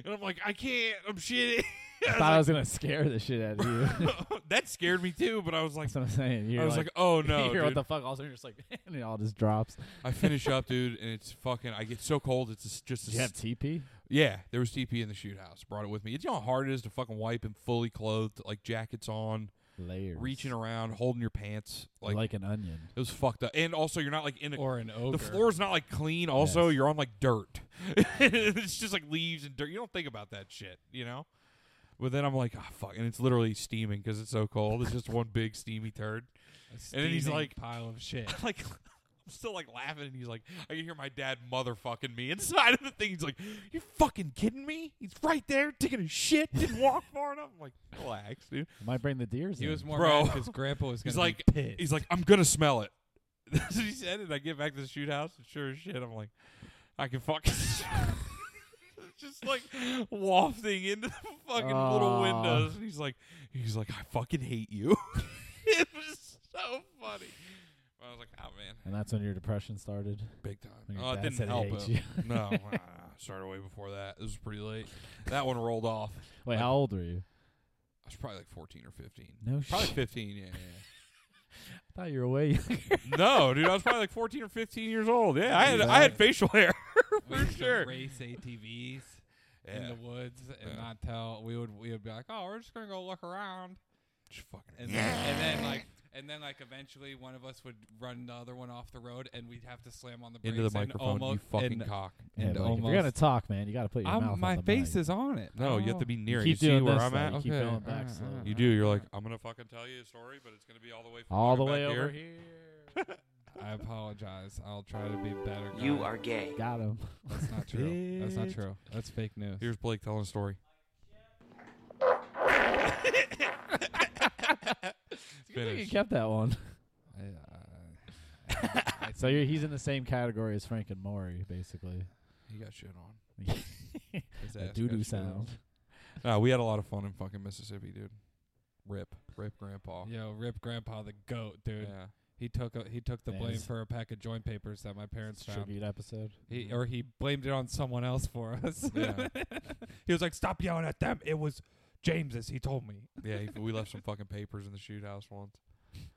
Speaker 5: and I'm like, I can't. I'm shitting. I was
Speaker 1: Thought I was gonna scare the shit out of you.
Speaker 5: like- that scared me too, but I was like,
Speaker 1: That's what I'm saying. You're
Speaker 5: I was like, oh no,
Speaker 1: you hear what
Speaker 5: dude."
Speaker 1: the fuck? All of a sudden, you're just like, and it all just drops.
Speaker 5: I finish up, dude, and it's fucking. I get so cold. It's just, just a
Speaker 1: Did you have TP?
Speaker 5: Yeah, there was TP in the shoot house. Brought it with me. It's you know how hard it is to fucking wipe and fully clothed, like jackets on,
Speaker 1: Layers.
Speaker 5: reaching around, holding your pants. Like,
Speaker 1: like, an onion.
Speaker 5: it was fucked up. And also, you're not like in a.
Speaker 6: or an ogre.
Speaker 5: the floor's not like clean. Also,
Speaker 1: Yes.
Speaker 5: you're on like dirt. it's just like leaves and dirt. You don't think about that shit, you know. But then I'm like, ah, fuck, and it's literally steaming because it's so cold. It's just one big steamy turd.
Speaker 6: A
Speaker 5: and then he's
Speaker 6: steaming
Speaker 5: like-
Speaker 6: pile of shit.
Speaker 5: like I'm still like laughing, and he's like, I can hear my dad motherfucking me inside of the thing. He's like, "You fucking kidding me? He's right there taking a shit, didn't walk far enough." I'm like, relax, dude.
Speaker 1: I might bring the deers.
Speaker 6: He
Speaker 1: in.
Speaker 6: was more
Speaker 5: Bro.
Speaker 6: because Grandpa was gonna
Speaker 5: He's like,
Speaker 6: be pissed.
Speaker 5: he's like, I'm gonna smell it. That's what he said, and I get back to the shoot house, and sure as shit, I'm like, I can fucking. Just like wafting into the fucking little
Speaker 1: Aw.
Speaker 5: windows. And he's like, he's like, I fucking hate you. it was so funny. I was like, oh man,
Speaker 1: And that's when your depression started.
Speaker 5: big time.
Speaker 1: When your
Speaker 5: Oh, it
Speaker 1: dad
Speaker 5: didn't
Speaker 1: said he
Speaker 5: help.
Speaker 1: hates
Speaker 5: it. no, ah, started way before that. It was pretty late. That one rolled off. I
Speaker 1: Wait, how old were you?
Speaker 5: was probably like fourteen or fifteen.
Speaker 1: No
Speaker 5: Probably
Speaker 1: shit.
Speaker 5: fifteen. Yeah. yeah.
Speaker 1: I thought you were way.
Speaker 5: no, dude, I was probably like 14 or 15 years old. Yeah, I had I had facial hair
Speaker 6: we
Speaker 5: for
Speaker 6: used to
Speaker 5: sure.
Speaker 6: race ATVs in
Speaker 5: Yeah.
Speaker 6: the woods and
Speaker 5: Yeah.
Speaker 6: not tell. We would we would be like, oh, we're just gonna go look around,
Speaker 5: Just
Speaker 6: and
Speaker 5: fucking
Speaker 6: then, and then like. And then, like, eventually, one of us would run the other one off the road, and we'd have to slam on the brakes
Speaker 5: into the
Speaker 6: and
Speaker 5: microphone, you
Speaker 6: almost
Speaker 5: fucking
Speaker 6: and,
Speaker 5: cock.
Speaker 1: yeah,
Speaker 6: and
Speaker 1: but if
Speaker 6: almost.
Speaker 1: you're gonna talk, man. You got to put your
Speaker 6: I'm-
Speaker 1: mouth. on
Speaker 6: my
Speaker 1: the
Speaker 6: face
Speaker 1: mic.
Speaker 6: is on it.
Speaker 5: No, you have to
Speaker 6: Oh.
Speaker 5: be near.
Speaker 1: keep
Speaker 5: You see
Speaker 1: doing
Speaker 5: where
Speaker 1: this,
Speaker 5: I'm
Speaker 1: though.
Speaker 5: at?
Speaker 1: You keep
Speaker 5: Okay,
Speaker 1: going
Speaker 5: all
Speaker 1: back
Speaker 5: right,
Speaker 1: slowly.
Speaker 5: all right. You do. You're like, I'm gonna fucking tell you a story, but it's gonna be all the way from
Speaker 1: all
Speaker 5: here
Speaker 1: the
Speaker 5: back
Speaker 1: way
Speaker 5: here.
Speaker 1: over here.
Speaker 6: I apologize. I'll try to be better.
Speaker 7: You
Speaker 6: guys.
Speaker 7: are gay.
Speaker 1: Got him.
Speaker 6: That's not true. That's not true. That's fake news.
Speaker 5: Here's Blake telling a story.
Speaker 1: You
Speaker 5: Finish.
Speaker 1: kept that one.
Speaker 6: I, uh,
Speaker 1: So you're, he's in the same category as Frank and Maury, basically.
Speaker 5: He got shit on. His
Speaker 1: the
Speaker 5: ass
Speaker 1: doo
Speaker 5: got
Speaker 1: doo
Speaker 5: shit on.
Speaker 1: sound.
Speaker 5: No, we had a lot of fun in fucking Mississippi, dude. Rip, rip, grandpa.
Speaker 6: yo, rip grandpa the goat,
Speaker 5: Yeah.
Speaker 6: dude. He took a, he took the
Speaker 1: Yeah,
Speaker 6: blame
Speaker 1: it's-
Speaker 6: for a pack of joint papers that my parents found.
Speaker 1: Tribute episode.
Speaker 6: He, or he blamed it on someone else for us.
Speaker 5: Yeah.
Speaker 6: he was like, "Stop yelling at them." It was James's. He told me.
Speaker 5: Yeah, he- we left some fucking papers in the shoot house once.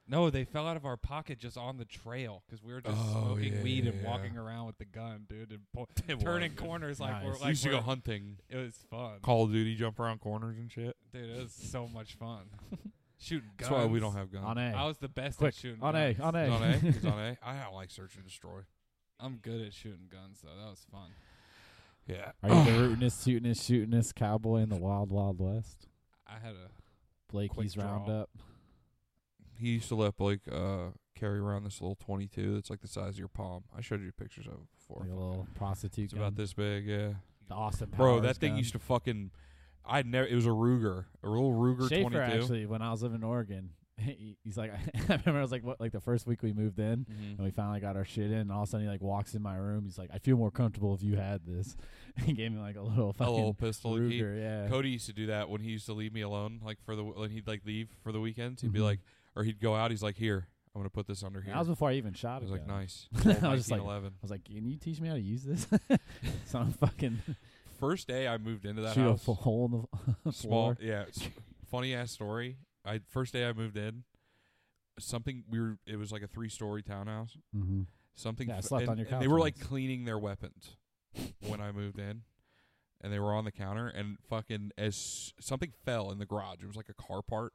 Speaker 6: No, they fell out of our pocket just on the trail because we were just
Speaker 5: Oh,
Speaker 6: smoking
Speaker 5: yeah,
Speaker 6: weed
Speaker 5: yeah,
Speaker 6: and
Speaker 5: yeah.
Speaker 6: walking around with the gun, dude, and po-
Speaker 5: It
Speaker 6: turning
Speaker 5: was.
Speaker 6: corners like we're
Speaker 1: Nice.
Speaker 5: we
Speaker 6: like
Speaker 5: used to go
Speaker 6: we're-
Speaker 5: hunting,
Speaker 6: It was fun,
Speaker 5: Call of Duty, jump around corners and shit.
Speaker 6: dude. It was so much fun. Shooting guns.
Speaker 5: That's why we don't have guns.
Speaker 1: On A.
Speaker 6: I was the best
Speaker 1: Quick.
Speaker 6: at shooting.
Speaker 1: On A. On
Speaker 6: guns.
Speaker 1: A.
Speaker 5: He's on A. He's on A. I don't like search and destroy.
Speaker 6: I'm good at shooting guns, though. That was fun.
Speaker 5: Yeah.
Speaker 1: Are you the rootinest, tootinest, shootinest cowboy in the wild, wild west?
Speaker 6: I had a
Speaker 1: Blakey's
Speaker 6: draw.
Speaker 1: Roundup.
Speaker 5: He used to let Blake uh, carry around this little 22 that's like the size of your palm. I showed you pictures of it before.
Speaker 1: Like a little prostitute.
Speaker 5: It's
Speaker 1: gun.
Speaker 5: about this big, yeah.
Speaker 1: The Austin
Speaker 5: Bro,
Speaker 1: Powers
Speaker 5: that thing
Speaker 1: gun.
Speaker 5: used to fucking. I never. It was a Ruger, a little Ruger
Speaker 1: Schaefer
Speaker 5: 22.
Speaker 1: actually, when I was living in Oregon, he, he's like, I remember I was like, what, like the first week we moved in,
Speaker 5: Mhm.
Speaker 1: and we finally got our shit in, and all of a sudden he like walks in my room. He's like, I feel more comfortable if you had this. he gave me like a little
Speaker 5: A
Speaker 1: fucking
Speaker 5: little pistol. to keep.
Speaker 1: Ruger, yeah.
Speaker 5: Cody used to do that when he used to leave me alone, like for the when he'd like leave for the weekends. He'd be like, or he'd go out. He's like, "Here, I'm gonna put this under here."
Speaker 1: that was before Mm-hmm. I even shot
Speaker 5: I
Speaker 1: a
Speaker 5: was like,
Speaker 1: gun.
Speaker 5: "Nice."
Speaker 1: I was just like-
Speaker 5: 1911.
Speaker 1: I was like, can you teach me how to use this? so I'm fucking
Speaker 5: First day I moved into that
Speaker 1: shoot
Speaker 5: house,
Speaker 1: a f- hole in the f-
Speaker 5: small,
Speaker 1: floor.
Speaker 5: yeah. s- Funny ass story. I first day I moved in, something we were. It was like a three story townhouse.
Speaker 1: Mm-hmm.
Speaker 5: Something
Speaker 1: Yeah, I
Speaker 5: f-
Speaker 1: slept
Speaker 5: and-
Speaker 1: on your
Speaker 5: and They
Speaker 1: couch
Speaker 5: were like
Speaker 1: once.
Speaker 5: cleaning their weapons when I moved in, and they were on the counter. And fucking as something fell in the garage, it was like a car part.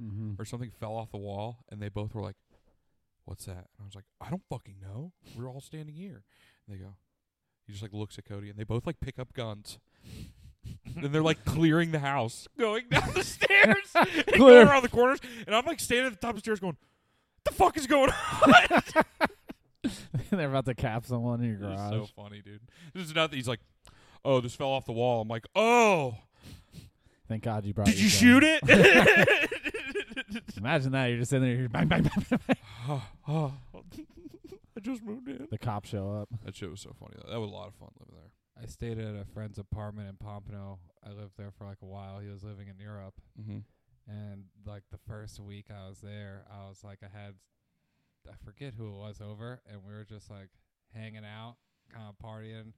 Speaker 1: Mm-hmm.
Speaker 5: or something fell off the wall, and they both were like, "What's that?" And I was like, "I don't fucking know. We're all standing here." And they go, he just like looks at Cody, and they both like pick up guns. and they're like clearing the house, going down the stairs, and
Speaker 1: Clear.
Speaker 5: going around the corners, and I'm like standing at the top of the stairs, going, "The fuck is going on?"
Speaker 1: Mm-hmm. They're about to cap someone in your
Speaker 5: This is
Speaker 1: garage.
Speaker 5: so funny, dude. This is nothing. He's like, "Oh, this fell off the wall." I'm like, "Oh,
Speaker 1: Thank God you brought.
Speaker 5: did
Speaker 1: your
Speaker 5: you
Speaker 1: gun.
Speaker 5: shoot it?"
Speaker 1: Imagine that. You're just sitting there. You're bang, bang, bang, bang, bang.
Speaker 5: oh, I just moved in.
Speaker 1: The cops show up.
Speaker 5: That shit was so funny. though. That was a lot of fun living there.
Speaker 6: I stayed at a friend's apartment in Pompano. I lived there for like a while. He was living in Europe,
Speaker 5: Mm-hmm.
Speaker 6: and like the first week I was there, I was like, I had, I forget who it was over, and we were just like hanging out, kind of partying,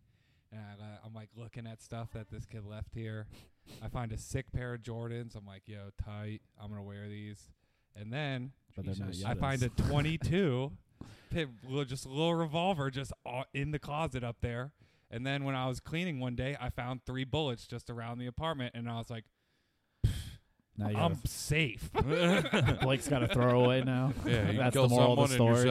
Speaker 6: and I, li- I'm like looking at stuff that this kid left here. I find a sick pair of Jordans. I'm like, yo, tight. I'm gonna wear these, and then
Speaker 1: But they're not
Speaker 5: Jesus.
Speaker 6: I
Speaker 1: Jordans.
Speaker 6: find a 22, pit, little, just a little revolver just all in the closet up there. And then when I was cleaning one day, I found three bullets just around the apartment, and I was like,
Speaker 1: Now you
Speaker 6: "I'm
Speaker 5: um,
Speaker 1: gotta-
Speaker 6: safe."
Speaker 1: Blake's got a throwaway now.
Speaker 5: Yeah, you
Speaker 1: that's
Speaker 5: kill
Speaker 1: the moral
Speaker 5: someone
Speaker 1: of the story.
Speaker 5: and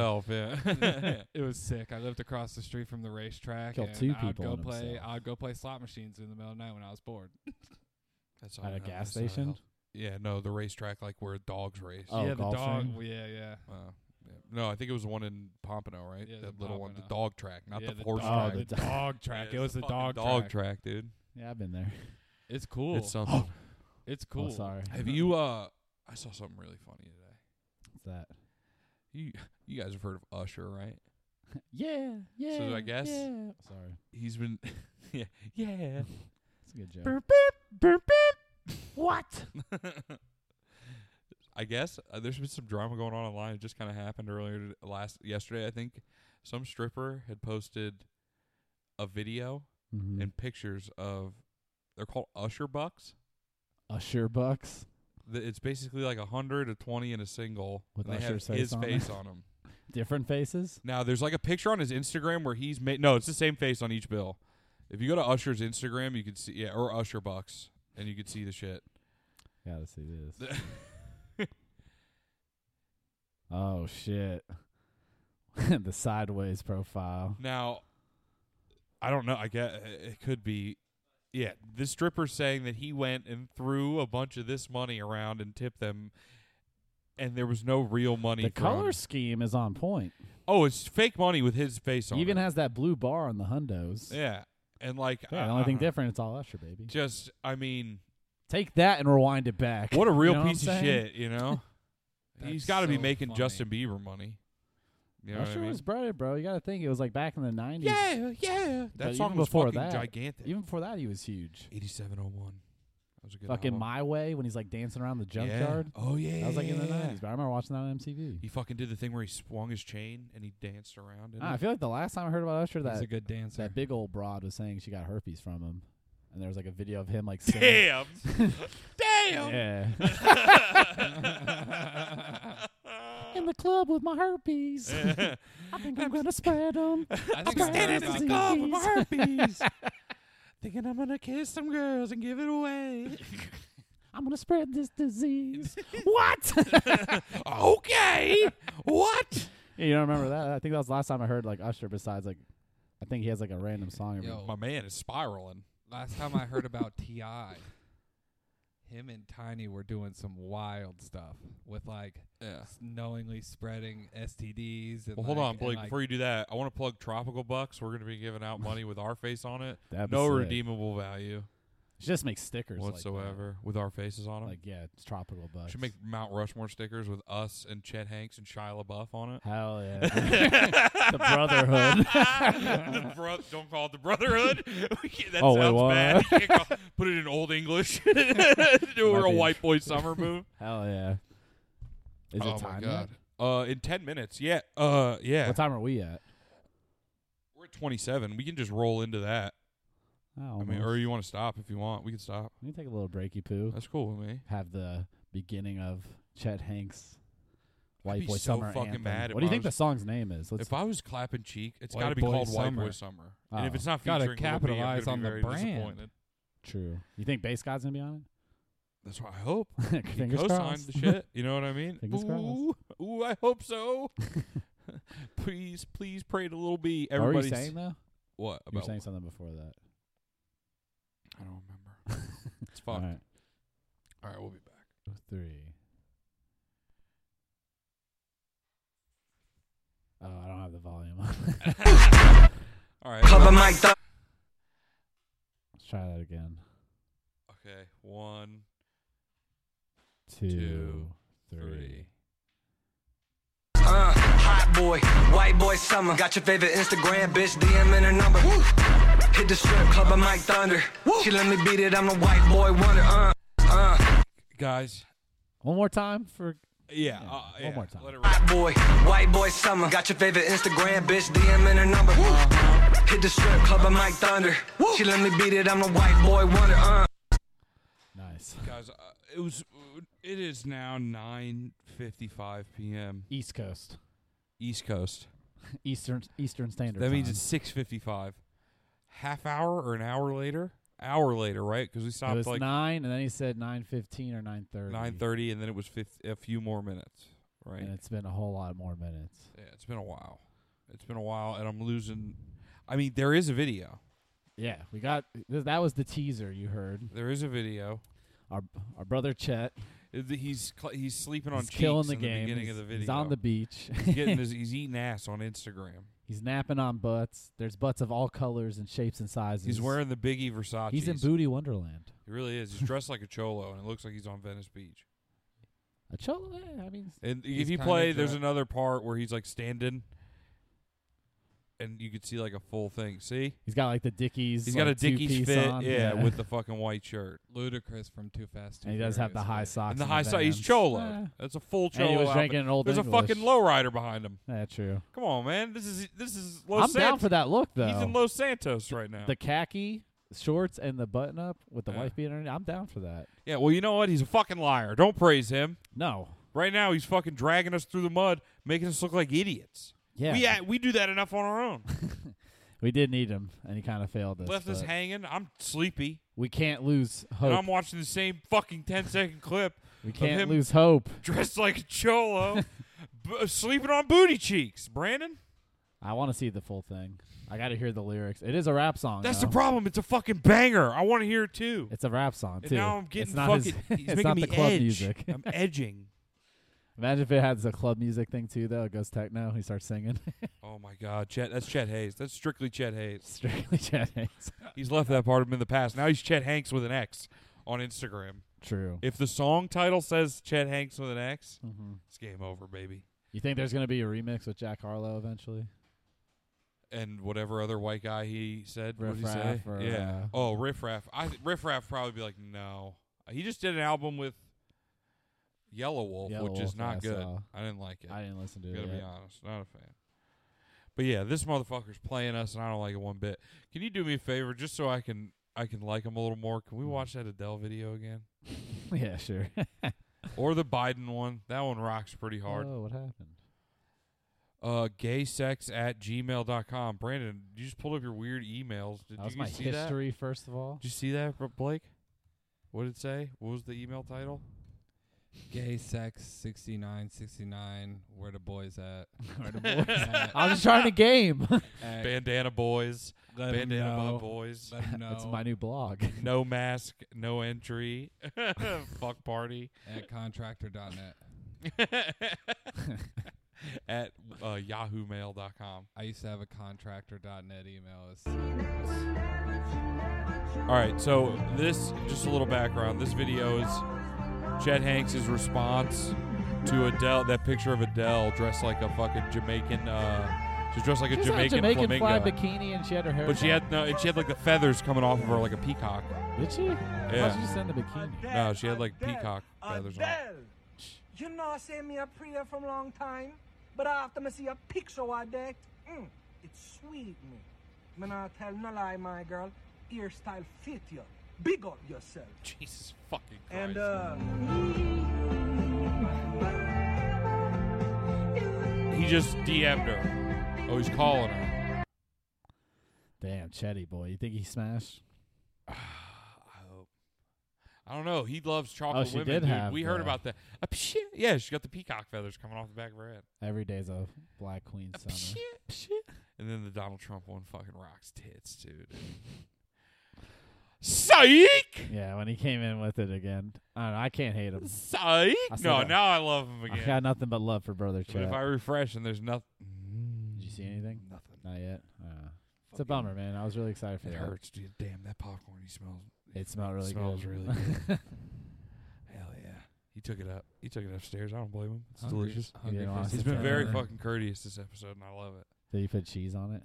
Speaker 5: yourself. Yeah.
Speaker 6: it was sick. I lived across the street from the racetrack.
Speaker 1: Killed
Speaker 6: and
Speaker 1: two
Speaker 6: I'd
Speaker 1: people
Speaker 6: go
Speaker 1: and
Speaker 6: play.
Speaker 1: himself.
Speaker 6: I'd go play slot machines in the middle of the night when I was bored.
Speaker 5: That's
Speaker 1: At
Speaker 5: not-
Speaker 1: a gas
Speaker 5: that's not
Speaker 1: station?
Speaker 5: health- Yeah, no, the racetrack like where dogs race.
Speaker 1: Oh,
Speaker 6: yeah, the dog.
Speaker 1: golfing?
Speaker 6: well, Yeah, yeah.
Speaker 5: Uh, yeah. No, I think it was the one in Pompano, right?
Speaker 6: Yeah,
Speaker 5: that
Speaker 6: the
Speaker 5: little one, the
Speaker 6: Pompano.
Speaker 5: dog track, not
Speaker 6: Yeah,
Speaker 5: the, horse
Speaker 1: dog-
Speaker 5: track.
Speaker 1: Oh,
Speaker 6: The
Speaker 1: the
Speaker 6: dog track.
Speaker 5: Yeah,
Speaker 6: it was the
Speaker 5: fucking
Speaker 6: dog,
Speaker 5: dog
Speaker 6: track.
Speaker 5: track, dude.
Speaker 1: Yeah, I've been there.
Speaker 6: It's cool.
Speaker 5: It's
Speaker 6: It's,
Speaker 5: something.
Speaker 1: Oh,
Speaker 6: cool.
Speaker 1: sorry.
Speaker 5: Have you? Uh, I saw something really funny today.
Speaker 1: What's that?
Speaker 5: You, you guys have heard of Usher, right?
Speaker 1: Yeah, yeah.
Speaker 5: So I guess-
Speaker 1: yeah. Sorry,
Speaker 5: He's been, yeah, yeah.
Speaker 1: it's a good joke.
Speaker 5: Burp, beep, burp, beep.
Speaker 1: What?
Speaker 5: I guess uh, there's been some drama going on online. It just kind of happened earlier t- last yesterday. I think some stripper had posted a video
Speaker 1: Mm-hmm.
Speaker 5: and pictures of they're called usher bucks.
Speaker 1: Usher bucks.
Speaker 5: Th- It's basically like a hundred, a twenty, and a single.
Speaker 1: With
Speaker 5: and they have
Speaker 1: Usher's face
Speaker 5: his
Speaker 1: on
Speaker 5: face
Speaker 1: it.
Speaker 5: on them.
Speaker 1: Different faces.
Speaker 5: Now there's like a picture on his Instagram where he's made. No, it's the same face on each bill. If you go to Usher's Instagram, you can see yeah, or Usher bucks, and you can see the shit.
Speaker 1: Gotta see this. oh shit. the sideways profile.
Speaker 5: Now, I don't know. I guess it could be. Yeah, this stripper's saying that he went and threw a bunch of this money around and tipped them, and there was no real money.
Speaker 1: The
Speaker 5: thrown.
Speaker 1: color scheme is on point.
Speaker 5: Oh, it's fake money with his face on.
Speaker 1: Even
Speaker 5: it.
Speaker 1: has that blue bar on the hundos.
Speaker 5: yeah, Uh-huh. and like
Speaker 1: Yeah,
Speaker 5: I-
Speaker 1: the
Speaker 5: I
Speaker 1: only thing
Speaker 5: don't know.
Speaker 1: different, it's all Usher, baby.
Speaker 5: Just, I mean,
Speaker 1: Take that and rewind it back.
Speaker 5: what a
Speaker 1: You
Speaker 5: real
Speaker 1: know what I'm
Speaker 5: piece of
Speaker 1: saying?
Speaker 5: shit, you know?
Speaker 6: That's
Speaker 5: He's got to be
Speaker 6: so
Speaker 5: making
Speaker 6: funny.
Speaker 5: Justin Bieber money. You know what I
Speaker 1: Usher
Speaker 5: mean?
Speaker 1: was breaded, bro. You gotta think it was like back in the nineties.
Speaker 5: yeah, yeah. That
Speaker 1: even
Speaker 5: song was
Speaker 1: before
Speaker 5: fucking
Speaker 1: that-
Speaker 5: gigantic.
Speaker 1: Even before that, he was huge.
Speaker 5: Eighty-seven oh one. That was a good
Speaker 1: Fucking
Speaker 5: album.
Speaker 1: my way when he's like dancing around the
Speaker 5: Yeah.
Speaker 1: junkyard.
Speaker 5: Oh yeah,
Speaker 1: That was like in the
Speaker 5: yeah, yeah.
Speaker 1: nineties. But I remember watching that on MTV.
Speaker 5: He fucking did the thing where he swung his chain and he danced around. in
Speaker 1: Ah, I
Speaker 5: it.
Speaker 1: feel like the last time I heard about Usher,
Speaker 6: He's
Speaker 1: that
Speaker 6: a good dancer.
Speaker 1: that big old broad was saying she got herpes from him, and there was like a video of him like singing.
Speaker 5: Damn, damn.
Speaker 1: Yeah. in the club with my herpes. I think I'm gonna spread them.
Speaker 6: I think I heard
Speaker 5: Standing in
Speaker 6: about
Speaker 5: the
Speaker 1: car.
Speaker 6: that.
Speaker 5: club with my herpes, thinking I'm gonna kiss some girls and give it away.
Speaker 1: I'm gonna spread this disease. what?
Speaker 5: okay, what?
Speaker 1: you don't remember that? I think that was the last time I heard like Usher. Besides, like, I think he has like a random song. every-
Speaker 6: Yo.
Speaker 5: My man is spiraling.
Speaker 6: Last time I heard about Ti, him and Tiny were doing some wild stuff with like
Speaker 5: Yeah.
Speaker 6: s- knowingly spreading STDs. And
Speaker 5: Well, hold
Speaker 6: like-
Speaker 5: on,
Speaker 6: and,
Speaker 5: Blake.
Speaker 6: like-
Speaker 5: Before you do that, I want to plug Tropical Bucks. We're going to be giving out money with our face on it.
Speaker 1: That'd be
Speaker 5: no
Speaker 1: sick.
Speaker 5: redeemable value
Speaker 1: She just makes stickers like that.
Speaker 5: whatsoever with our faces on
Speaker 1: Like,
Speaker 5: them.
Speaker 1: yeah, it's tropical bucks.
Speaker 5: Should make Mount Rushmore stickers with us and Chet Hanks and Shia LaBeouf on it.
Speaker 1: hell yeah, the brotherhood.
Speaker 5: the bro- don't call it the Brotherhood. We can't- that
Speaker 1: Oh, wait,
Speaker 5: sounds
Speaker 1: what?
Speaker 5: bad. You can't call- put it in Old English. Do
Speaker 1: Might
Speaker 5: a
Speaker 1: be.
Speaker 5: white boy summer move.
Speaker 1: hell yeah. Is
Speaker 5: oh
Speaker 1: it time
Speaker 5: my
Speaker 1: yet?
Speaker 5: god! Uh, in ten minutes. Yeah. Uh, yeah.
Speaker 1: What time are we at?
Speaker 5: We're at twenty-seven. We can just roll into that.
Speaker 1: Oh,
Speaker 5: I mean, or you Uh, want to stop if you want. We can stop.
Speaker 1: Let me take a little breaky poo.
Speaker 5: That's cool with me.
Speaker 1: Have the beginning of Chet Hanks'
Speaker 5: be
Speaker 1: White Boy
Speaker 5: so
Speaker 1: Summer
Speaker 5: fucking
Speaker 1: anthem.
Speaker 5: mad if
Speaker 1: What do you
Speaker 5: I
Speaker 1: think the
Speaker 5: was-
Speaker 1: song's name is? Let's
Speaker 5: If I was clapping cheek, it's
Speaker 6: White
Speaker 5: got to be
Speaker 6: Boy
Speaker 5: called White Boy
Speaker 6: Summer.
Speaker 5: Summer. And if
Speaker 1: Oh.
Speaker 5: it's not
Speaker 6: Gotta
Speaker 5: featuring, Lil B, I'm
Speaker 6: capitalize
Speaker 5: gonna
Speaker 6: on
Speaker 5: be
Speaker 6: the
Speaker 5: very
Speaker 6: brand.
Speaker 5: disappointed.
Speaker 1: true. You think bass God's gonna be on
Speaker 5: That's what I hope.
Speaker 1: it?
Speaker 5: He
Speaker 1: Fingers
Speaker 5: co-signed
Speaker 1: crossed.
Speaker 5: the shit. You know what I mean?
Speaker 1: Fingers crossed.
Speaker 5: ooh, ooh, I hope so. please, please pray to little B.
Speaker 1: What were Oh, you
Speaker 5: Everybody's
Speaker 1: saying though?
Speaker 5: what
Speaker 1: You were
Speaker 5: about?
Speaker 1: saying something before that.
Speaker 5: I don't remember. it's fucked.
Speaker 1: All
Speaker 5: All
Speaker 1: right.
Speaker 5: All right, we'll be back.
Speaker 1: Three. Oh, I don't have the volume on.
Speaker 5: All right. Well,
Speaker 1: Let's try that again.
Speaker 5: okay, one,
Speaker 1: Two,
Speaker 5: Two,
Speaker 1: three.
Speaker 5: three.
Speaker 7: Uh, hot boy, white boy summer. Got your favorite Instagram bitch DM in her number. Hit the strip club, I'm Mike Thunder. She let me beat it, I'm the white boy wonder. Uh, uh,
Speaker 5: guys.
Speaker 1: One more time for
Speaker 5: Yeah,
Speaker 1: Yeah,
Speaker 5: uh,
Speaker 1: one
Speaker 5: yeah,
Speaker 1: more time.
Speaker 5: Let it rip.
Speaker 7: hot boy, white boy summer. Got your favorite Instagram bitch DM in her number. Hit the strip club, I'm Mike Thunder. She let me beat it, I'm the white boy wonder. Uh,
Speaker 1: nice
Speaker 5: guys. Uh, it was. It is now nine fifty-five p.m.
Speaker 1: East Coast,
Speaker 5: East Coast.
Speaker 1: Eastern Eastern Standard.
Speaker 5: That means
Speaker 1: Time.
Speaker 5: it's six fifty-five. Half hour or an hour later? Hour later, right? Because we
Speaker 1: it
Speaker 5: stopped
Speaker 1: was
Speaker 5: like
Speaker 1: nine, and then he said nine fifteen or nine thirty.
Speaker 5: nine thirty, and then it was fif- a few more minutes, right?
Speaker 1: and it's been a whole lot more minutes.
Speaker 5: yeah, it's been a while. It's been a while, and I'm losing. I mean, there is a video.
Speaker 1: Yeah, we got th- that was the teaser you heard.
Speaker 5: There is a video.
Speaker 1: Our our brother Chet
Speaker 5: Uh, th- He's cl- he's sleeping on
Speaker 1: is killing
Speaker 5: cheeks
Speaker 1: the
Speaker 5: in
Speaker 1: game.
Speaker 5: the beginning
Speaker 1: he's,
Speaker 5: of the video.
Speaker 1: he's on the beach.
Speaker 5: He's getting his, he's eating ass on Instagram.
Speaker 1: he's napping on butts. There's butts of all colors and shapes and sizes.
Speaker 5: He's wearing the Biggie Versace.
Speaker 1: He's in booty wonderland.
Speaker 5: He really is. He's dressed like a cholo, and it looks like he's on Venice Beach.
Speaker 1: A cholo. eh, I mean,
Speaker 5: And
Speaker 6: He's
Speaker 5: if you
Speaker 6: kinda
Speaker 5: play, there's
Speaker 6: dre-
Speaker 5: another part where he's like standing, and you could see like a full thing. See,
Speaker 1: He's got like the Dickies.
Speaker 5: he's got a
Speaker 1: like,
Speaker 5: Dickies
Speaker 1: two-piece
Speaker 5: fit,
Speaker 1: on.
Speaker 5: yeah, with the fucking white shirt
Speaker 6: Ludacris from Too Fast. Too
Speaker 1: and he does have the
Speaker 6: Furious,
Speaker 1: high
Speaker 6: dude.
Speaker 1: socks.
Speaker 5: and the high side.
Speaker 1: side.
Speaker 5: He's cholo. That's a full cholo.
Speaker 1: and he was
Speaker 5: outfit.
Speaker 1: drinking an old.
Speaker 5: There's a
Speaker 1: English.
Speaker 5: fucking lowrider behind him.
Speaker 1: Yeah, true.
Speaker 5: Come on, man. This is this is
Speaker 1: I'm
Speaker 5: Los
Speaker 1: down
Speaker 5: Santos.
Speaker 1: for that look though.
Speaker 5: He's in Los Santos right now.
Speaker 1: the khaki shorts and the button up with the
Speaker 5: Yeah.
Speaker 1: wife beater. I'm down for that.
Speaker 5: yeah. Well, you know what? He's a fucking liar. Don't praise him.
Speaker 1: No.
Speaker 5: Right now, he's fucking dragging us through the mud, making us look like idiots.
Speaker 1: Yeah.
Speaker 5: We act- we do that enough on our own.
Speaker 1: We did need him, and he kind of failed us.
Speaker 5: Left us
Speaker 1: but
Speaker 5: hanging. I'm sleepy,
Speaker 1: we can't lose
Speaker 5: and
Speaker 1: hope.
Speaker 5: I'm watching the same fucking 10 second clip
Speaker 1: We
Speaker 5: him-
Speaker 1: can't lose hope.
Speaker 5: dressed like a cholo, b- sleeping on booty cheeks. Brandon,
Speaker 1: I want to see the full thing. I got to hear the lyrics. It is a rap song.
Speaker 5: that's
Speaker 1: though.
Speaker 5: the problem. It's a fucking banger. I want to hear it too.
Speaker 1: It's a rap song
Speaker 5: and
Speaker 1: too.
Speaker 5: now I'm
Speaker 1: it's
Speaker 5: getting
Speaker 1: not
Speaker 5: fucking.
Speaker 1: his- it's
Speaker 5: he's making
Speaker 1: not
Speaker 5: me
Speaker 1: the club
Speaker 5: edge.
Speaker 1: music.
Speaker 5: I'm edging.
Speaker 1: Imagine if it had the club music thing too, though. It goes techno. He starts singing.
Speaker 5: Oh my God, Chet. That's Chet Hayes. That's strictly Chet Hayes.
Speaker 1: Strictly Chet Hanks.
Speaker 5: He's left that part of him in the past. Now he's Chet Hanks with an X on Instagram.
Speaker 1: True.
Speaker 5: If the song title says Chet Hanks with an X,
Speaker 1: hmm
Speaker 5: it's game over, baby.
Speaker 1: You think there's gonna be a remix with Jack Harlow eventually?
Speaker 5: And whatever other white guy he said, what did he
Speaker 1: Riff
Speaker 5: say?
Speaker 1: Raff or,
Speaker 5: yeah.
Speaker 1: uh,
Speaker 5: oh, Riff Raff. I th- Riff Raff probably be like, no. He just did an album with Yellow Wolf,
Speaker 1: Yellow
Speaker 5: which
Speaker 1: Wolf,
Speaker 5: is
Speaker 1: yeah,
Speaker 5: not
Speaker 1: I
Speaker 5: good.
Speaker 1: saw.
Speaker 5: I didn't like it.
Speaker 1: I didn't listen to it.
Speaker 5: Gotta be
Speaker 1: yet.
Speaker 5: honest, not a fan. But yeah, this motherfucker's playing us, and I don't like it one bit. Can you do me a favor, just so I can I can like him a little more? Can we
Speaker 1: Mm.
Speaker 5: watch that Adele video again,
Speaker 1: yeah, sure.
Speaker 5: or the Biden one? That one rocks pretty hard.
Speaker 1: Oh, what happened?
Speaker 5: Uh, gaysex at gmail.com. Brandon, you just pulled up your weird emails. Did
Speaker 1: that was
Speaker 5: you
Speaker 1: my
Speaker 5: see
Speaker 1: history, first of
Speaker 5: that?
Speaker 1: all.
Speaker 5: Did you see that, Br- Blake? What did it say? What was the email title?
Speaker 6: Gay sex sixty nine sixty nine. Where the boys at?
Speaker 1: Where the
Speaker 6: boys at?
Speaker 1: I was just trying to game.
Speaker 6: at
Speaker 5: Bandana boys,
Speaker 6: let 'em
Speaker 5: bandana
Speaker 6: know.
Speaker 5: Bob boys.
Speaker 6: Let 'em know.
Speaker 1: That's my new blog.
Speaker 5: No mask, no entry. Fuck party.
Speaker 6: at contractor.net.
Speaker 5: at uh, yahoomail.com.
Speaker 6: I used to have a contractor.net email. It's
Speaker 5: All right, so this, just a little background. This video is Chet Hanks' response to Adele, that picture of Adele dressed like a fucking Jamaican, uh, she's dressed like a
Speaker 1: She's on a
Speaker 5: Jamaican,
Speaker 1: Jamaican
Speaker 5: flamingo.
Speaker 1: fly bikini, and she had her hair.
Speaker 5: but she
Speaker 1: done.
Speaker 5: had no, and she had like the feathers coming off of her like a peacock.
Speaker 1: Did she? Why
Speaker 5: Yeah.
Speaker 1: did she send the bikini?
Speaker 5: No, she had like peacock feathers on.
Speaker 8: You know I say me a prayer from long time, but after me see a picture of that, mm, it sweet me. Me not tell no lie, my girl. Hairstyle fit you. Big up yourself.
Speaker 5: Jesus fucking
Speaker 8: And
Speaker 5: Christ.
Speaker 8: uh,
Speaker 5: he just DM'd her. Oh, he's calling her.
Speaker 1: Damn, Chetty boy. You think he smashed?
Speaker 5: I hope. I don't know. He loves chocolate
Speaker 1: Oh, she
Speaker 5: women,
Speaker 1: did
Speaker 5: dude.
Speaker 1: have
Speaker 5: we heard
Speaker 1: the-
Speaker 5: about that. A pshit. Yeah, she got the peacock feathers coming off the back of her head.
Speaker 1: Every day's a black queen
Speaker 5: A
Speaker 1: summer.
Speaker 5: pshit, pshit. And then the Donald Trump one fucking rocks tits, dude. Psych!
Speaker 1: Yeah, when he came in with it again, I don't know. I can't hate him.
Speaker 5: Psych!
Speaker 1: I said
Speaker 5: No,
Speaker 1: that.
Speaker 5: now I love him
Speaker 1: I
Speaker 5: again.
Speaker 1: got nothing but love for brother
Speaker 5: But
Speaker 1: Chet.
Speaker 5: if I refresh and there's nothing,
Speaker 1: Did you see anything?
Speaker 5: nothing.
Speaker 1: Not yet. Uh, it's a bummer, man. I was really excited for
Speaker 5: It
Speaker 1: that.
Speaker 5: hurts, dude. Damn, that popcorn he smells.
Speaker 1: It smelled really
Speaker 5: smells
Speaker 1: good.
Speaker 5: really good. Hell yeah. He took it up. He took it upstairs. I don't blame him. It's
Speaker 6: hungry-
Speaker 5: delicious.
Speaker 6: hungry
Speaker 1: You know,
Speaker 6: for
Speaker 1: I've
Speaker 5: He's
Speaker 6: some
Speaker 5: been
Speaker 1: Yeah.
Speaker 5: very
Speaker 6: food.
Speaker 5: fucking courteous this episode, and I love it.
Speaker 1: Did he put cheese on it?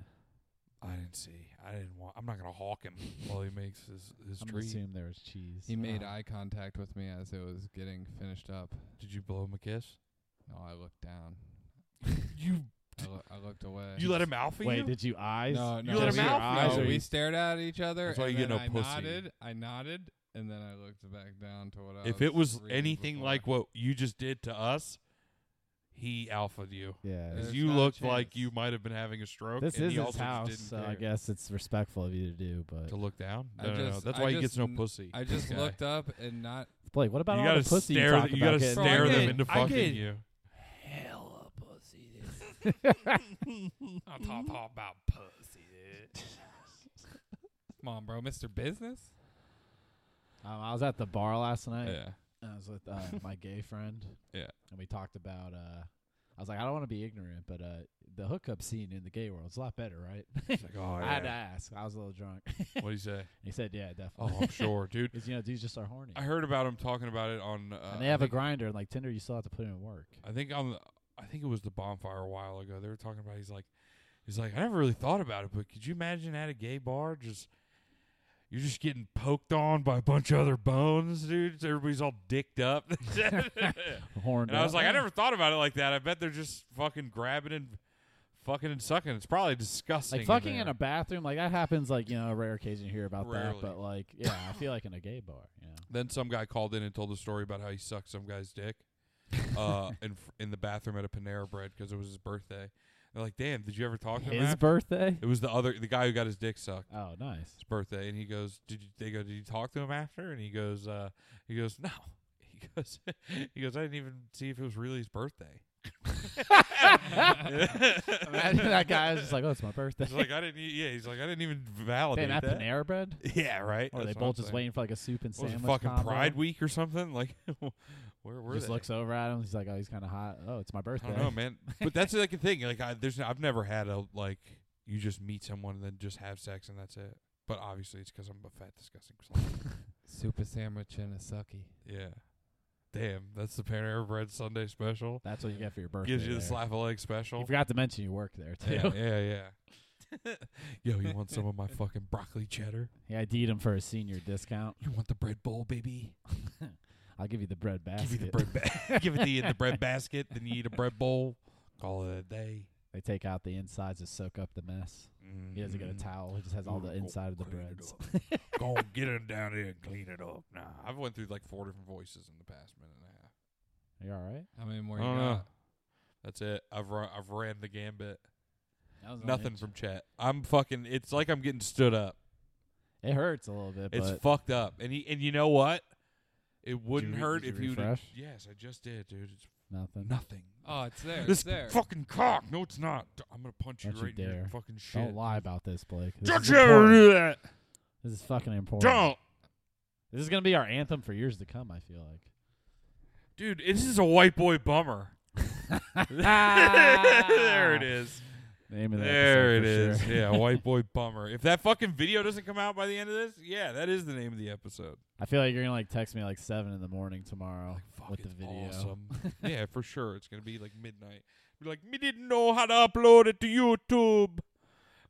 Speaker 5: I didn't see. I didn't want. I'm not gonna hawk him while he makes his his
Speaker 1: I'm
Speaker 5: treat.
Speaker 1: assume there was cheese.
Speaker 6: He made
Speaker 5: Ah.
Speaker 6: eye contact with me as it was getting finished up.
Speaker 5: Did you blow him a kiss?
Speaker 6: No, I looked down.
Speaker 5: You
Speaker 6: I, loo- I looked away.
Speaker 5: you let him out for
Speaker 1: Wait,
Speaker 5: you?
Speaker 1: did you eyes?
Speaker 6: No, no,
Speaker 5: You let
Speaker 6: we,
Speaker 5: him out?
Speaker 6: no,
Speaker 5: No,
Speaker 6: we
Speaker 5: you-
Speaker 6: stared at each other.
Speaker 5: That's why
Speaker 6: and
Speaker 5: you get
Speaker 6: then
Speaker 5: no
Speaker 6: I
Speaker 5: pussy.
Speaker 6: nodded. I nodded, and then I looked back down to what I.
Speaker 5: if it was
Speaker 6: reading
Speaker 5: anything
Speaker 6: before.
Speaker 5: like what you just did to us, he alphaed you.
Speaker 1: Yeah.
Speaker 5: 'Cause
Speaker 6: There's
Speaker 5: you
Speaker 6: not a
Speaker 5: looked like
Speaker 6: chance.
Speaker 5: you might have been having a stroke.
Speaker 1: This
Speaker 5: and
Speaker 1: is
Speaker 5: he
Speaker 1: his
Speaker 5: also
Speaker 1: house,
Speaker 5: just
Speaker 1: so
Speaker 5: didn't
Speaker 1: I
Speaker 5: care.
Speaker 1: guess it's respectful of you to do. But
Speaker 5: to look down.
Speaker 6: I
Speaker 5: No, no, no.
Speaker 6: just-
Speaker 5: That's
Speaker 6: I
Speaker 5: why he gets
Speaker 6: just
Speaker 5: no
Speaker 6: kn-
Speaker 5: pussy.
Speaker 6: I just
Speaker 5: Okay.
Speaker 6: looked up and not
Speaker 1: Blake, what about
Speaker 5: You
Speaker 1: all
Speaker 5: gotta
Speaker 1: the pussy
Speaker 5: stare.
Speaker 1: you
Speaker 5: th-
Speaker 1: talk
Speaker 5: you
Speaker 1: about
Speaker 5: gotta
Speaker 1: getting?
Speaker 6: Bro, I
Speaker 5: stare them
Speaker 6: get-
Speaker 5: into
Speaker 6: I
Speaker 5: fucking
Speaker 6: get-
Speaker 5: you.
Speaker 6: hella pussy.
Speaker 5: I'll talk, talk about pussy.
Speaker 6: Come on, bro, Mister Business.
Speaker 1: Um, I was at the bar last night.
Speaker 5: Yeah.
Speaker 1: I was with uh, my gay friend.
Speaker 5: Yeah.
Speaker 1: And we talked about. Uh, I was like, I don't want to be ignorant, but uh, the hookup scene in the gay world is a lot better, right?
Speaker 5: It's like, oh,
Speaker 1: I had to
Speaker 5: yeah.
Speaker 1: ask. I was a little drunk.
Speaker 5: What do you say?
Speaker 1: he said, "Yeah, definitely."
Speaker 5: Oh, I'm sure, dude.
Speaker 1: Because you know, dudes just are horny,
Speaker 5: I heard about him talking about it on. Uh,
Speaker 1: and they have
Speaker 5: I
Speaker 1: a
Speaker 5: think-
Speaker 1: grinder. And like Tinder, you still have to put in work.
Speaker 5: I think on the, I think it was the bonfire a while ago. They were talking about he's like, He's like, I never really thought about it, but could you imagine at a gay bar just you're just getting poked on by a bunch of other bones, dude? Everybody's all dicked up.
Speaker 1: Horned
Speaker 5: And I was
Speaker 1: up.
Speaker 5: like, I never thought about it like that. I bet they're just fucking grabbing and fucking and sucking. It's probably disgusting.
Speaker 1: like fucking
Speaker 5: in,
Speaker 1: in
Speaker 5: there.
Speaker 1: a bathroom, like that happens. Like you know, a rare occasion you hear about that,
Speaker 5: Rarely.
Speaker 1: but like yeah, I feel like in a gay bar, you know.
Speaker 5: Then some guy called in and told a story about how he sucked some guy's dick uh, in f- in the bathroom at a Panera Bread because it was his birthday. They're like, damn, did you ever talk to him?
Speaker 1: His
Speaker 5: after?"
Speaker 1: birthday.
Speaker 5: it was the other the guy who got his dick sucked.
Speaker 1: Oh, nice.
Speaker 5: his birthday and he goes did you they go did you talk to him after and he goes uh he goes no he goes he goes i didn't even see if it was really his birthday
Speaker 1: Imagine that guy is just like, oh, it's my birthday.
Speaker 5: he's like i didn't e- yeah he's like i didn't even validate
Speaker 1: Damn, at
Speaker 5: that
Speaker 1: Panera Bread,
Speaker 5: yeah right
Speaker 1: or are they
Speaker 5: Oh, That's what I'm
Speaker 1: both just
Speaker 5: saying.
Speaker 1: waiting for like a soup and
Speaker 5: What was
Speaker 1: sandwich.
Speaker 5: it, fucking
Speaker 1: combo?
Speaker 5: pride week or something like where were
Speaker 1: Just
Speaker 5: they?
Speaker 1: looks over at him. He's like, oh, he's kind of hot. Oh, it's my birthday.
Speaker 5: i don't know man but that's like the thing like i there's i've never had a like you just meet someone and then just have sex and that's it but obviously it's because i'm a fat disgusting slob.
Speaker 6: Super sandwich and a sucky.
Speaker 5: yeah damn that's the Panera Bread Sunday special
Speaker 1: That's what you get for your birthday.
Speaker 5: Gives you the
Speaker 1: there.
Speaker 5: slap a leg special.
Speaker 1: You forgot to mention you work there too.
Speaker 5: yeah, yeah, yeah. Yo, you want some of my fucking broccoli cheddar?
Speaker 1: Yeah, I would him for a senior discount.
Speaker 5: You want the bread bowl, baby?
Speaker 1: I'll give you the bread basket.
Speaker 5: Give you the bread ba- Give it to you in the bread basket, then you eat a bread bowl. Call it a day.
Speaker 1: They take out the insides to soak up the mess. He doesn't get a
Speaker 5: Mhm.
Speaker 1: towel. He just has all the
Speaker 5: Ooh,
Speaker 1: inside of the
Speaker 5: clean it
Speaker 1: breads.
Speaker 5: up. Go on, get it down here and clean it up. Nah, I've went through like four different voices in the past minute and a half.
Speaker 1: Are you all right?
Speaker 6: How many more
Speaker 5: I
Speaker 6: you
Speaker 5: don't know.
Speaker 6: got?
Speaker 5: That's it. I've run, I've ran the gambit.
Speaker 1: That was
Speaker 5: Nothing from chat. I'm fucking. It's like I'm getting stood up.
Speaker 1: It hurts a little bit,
Speaker 5: It's
Speaker 1: but
Speaker 5: fucked up. And he, and you know what? It wouldn't
Speaker 1: re-
Speaker 5: hurt
Speaker 1: did you
Speaker 5: if you did.
Speaker 1: refresh?
Speaker 5: Yes, I just did, dude. It's
Speaker 1: nothing.
Speaker 5: nothing.
Speaker 6: Oh, it's there.
Speaker 5: this
Speaker 6: It's there.
Speaker 5: fucking cock. No, it's not. D- I'm gonna punch
Speaker 1: Don't
Speaker 5: you
Speaker 1: you
Speaker 5: right in your
Speaker 1: dare.
Speaker 5: fucking shit.
Speaker 1: Don't lie about this, Blake. This
Speaker 5: Don't
Speaker 1: is
Speaker 5: you ever
Speaker 1: important.
Speaker 5: do that.
Speaker 1: This is fucking important.
Speaker 5: Don't,
Speaker 1: This is gonna be our anthem for years to come. I feel like.
Speaker 5: dude. This is a white boy bummer. there it is.
Speaker 1: Name of the
Speaker 5: There it
Speaker 1: episode for
Speaker 5: is.
Speaker 1: sure.
Speaker 5: Yeah, white boy bummer. If that fucking video doesn't come out by the end of this, yeah, that is the name of the episode.
Speaker 1: I feel like you're gonna like text me like seven in the morning tomorrow
Speaker 5: Fuck,
Speaker 1: with the
Speaker 5: it's
Speaker 1: video.
Speaker 5: awesome. yeah, for sure. It's gonna be like midnight. Be like, me didn't know how to upload it to YouTube.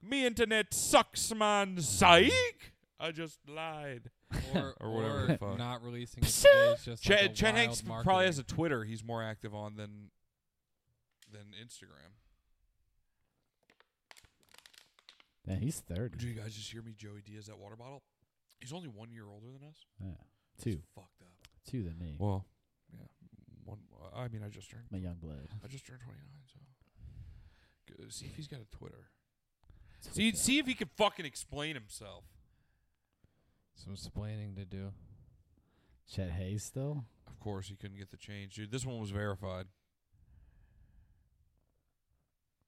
Speaker 5: Me internet sucks, man. Psych. I just lied.
Speaker 6: or,
Speaker 5: Or whatever the
Speaker 6: or
Speaker 5: fuck.
Speaker 6: Not releasing it today is just
Speaker 5: Chad,
Speaker 6: like a
Speaker 5: Chad
Speaker 6: wild
Speaker 5: Hanks probably
Speaker 6: marketing.
Speaker 5: has a Twitter. He's more active on than than Instagram.
Speaker 1: Yeah, he's
Speaker 5: Did
Speaker 1: thirty.
Speaker 5: you guys just hear me? Joey Diaz that water bottle. He's only one year older than us.
Speaker 1: Yeah.
Speaker 5: He's
Speaker 1: Two,
Speaker 5: fucked up.
Speaker 1: two than me.
Speaker 5: Well, yeah. One. I mean, I just turned.
Speaker 1: My young blood.
Speaker 5: I just turned twenty nine. So Go- see if he's got a Twitter. See, see if he can fucking explain himself.
Speaker 6: some explaining to do.
Speaker 1: Chet Hayes still.
Speaker 5: Of course, he couldn't get the change, dude. This one was verified.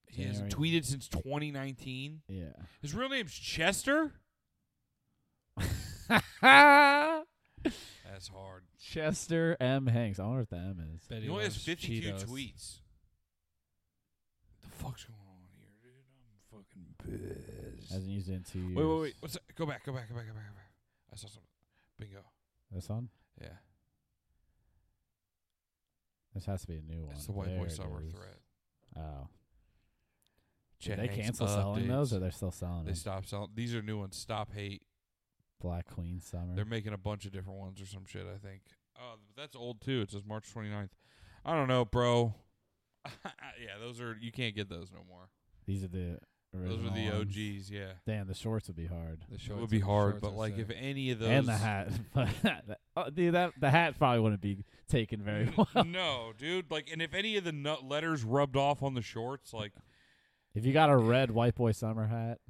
Speaker 5: He hasn't
Speaker 1: January.
Speaker 5: tweeted since 2019.
Speaker 1: Yeah.
Speaker 5: His real name's Chester. That's hard.
Speaker 1: Chester M. Hanks. I wonder what the M is.
Speaker 6: Bet
Speaker 5: he only has
Speaker 6: loves
Speaker 5: 52
Speaker 6: Cheetos.
Speaker 5: tweets. What the fuck's going on here, dude? I'm fucking pissed.
Speaker 1: Hasn't used it in two years.
Speaker 5: Wait, wait, wait. What's that? Go back, go back, go back, go back, go back. I saw something. Bingo.
Speaker 1: This one?
Speaker 5: Yeah.
Speaker 1: This has to be a new one.
Speaker 5: It's the white
Speaker 1: There
Speaker 5: boy
Speaker 1: it
Speaker 5: summer
Speaker 1: is.
Speaker 5: threat.
Speaker 1: Oh. Did
Speaker 5: Chat
Speaker 1: they
Speaker 5: hangs
Speaker 1: cancel selling those
Speaker 5: updates.
Speaker 1: or they're still selling
Speaker 5: They
Speaker 1: them?
Speaker 5: stopped selling. These are new ones. Stop hate.
Speaker 1: Black Queen Summer.
Speaker 5: They're making a bunch of different ones or some shit, I think. Oh, but that's old too. It says March 29th. I don't know, bro. yeah, those are you can't get those no more.
Speaker 1: These are the
Speaker 5: Those
Speaker 1: original
Speaker 5: were the
Speaker 1: ones.
Speaker 5: OGs, yeah.
Speaker 1: Damn, the shorts would be hard.
Speaker 6: The
Speaker 5: It
Speaker 6: shorts
Speaker 5: would be
Speaker 6: are-
Speaker 5: hard,
Speaker 6: shorts
Speaker 5: but
Speaker 6: are
Speaker 5: like if
Speaker 6: sick.
Speaker 5: any of those
Speaker 1: And the hat. But- oh, dude, that the hat probably wouldn't be taken very well.
Speaker 5: no, dude. Like, and if any of the nut letters rubbed off on the shorts, like,
Speaker 1: If you got a red white boy summer hat,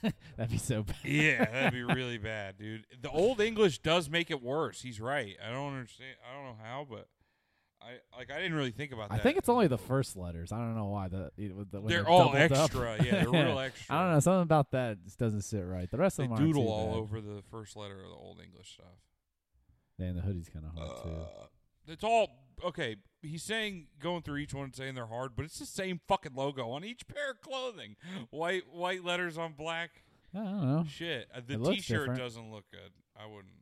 Speaker 1: that'd be so bad.
Speaker 5: yeah, that'd be really bad, dude. The old English does make it worse. He's right. I don't understand. I don't know how, but I like. I didn't really think about
Speaker 1: I
Speaker 5: that.
Speaker 1: think it's only the first letters. I don't know why. The, it- with the when
Speaker 5: They're all
Speaker 1: doubled up.
Speaker 5: extra. Yeah, they're real extra.
Speaker 1: I don't know. Something about that just doesn't sit right. The rest
Speaker 5: They
Speaker 1: of them aren't
Speaker 5: doodle
Speaker 1: too
Speaker 5: all
Speaker 1: bad.
Speaker 5: over the first letter of the old English stuff.
Speaker 1: Damn, the hoodie's kind of hard too.
Speaker 5: Uh, It's all okay. He's saying going through each one and saying they're hard, but it's the same fucking logo on each pair of clothing. White white letters on black.
Speaker 1: I don't know.
Speaker 5: Shit, uh, the
Speaker 1: It looks
Speaker 5: T-shirt
Speaker 1: different.
Speaker 5: doesn't look good. I wouldn't.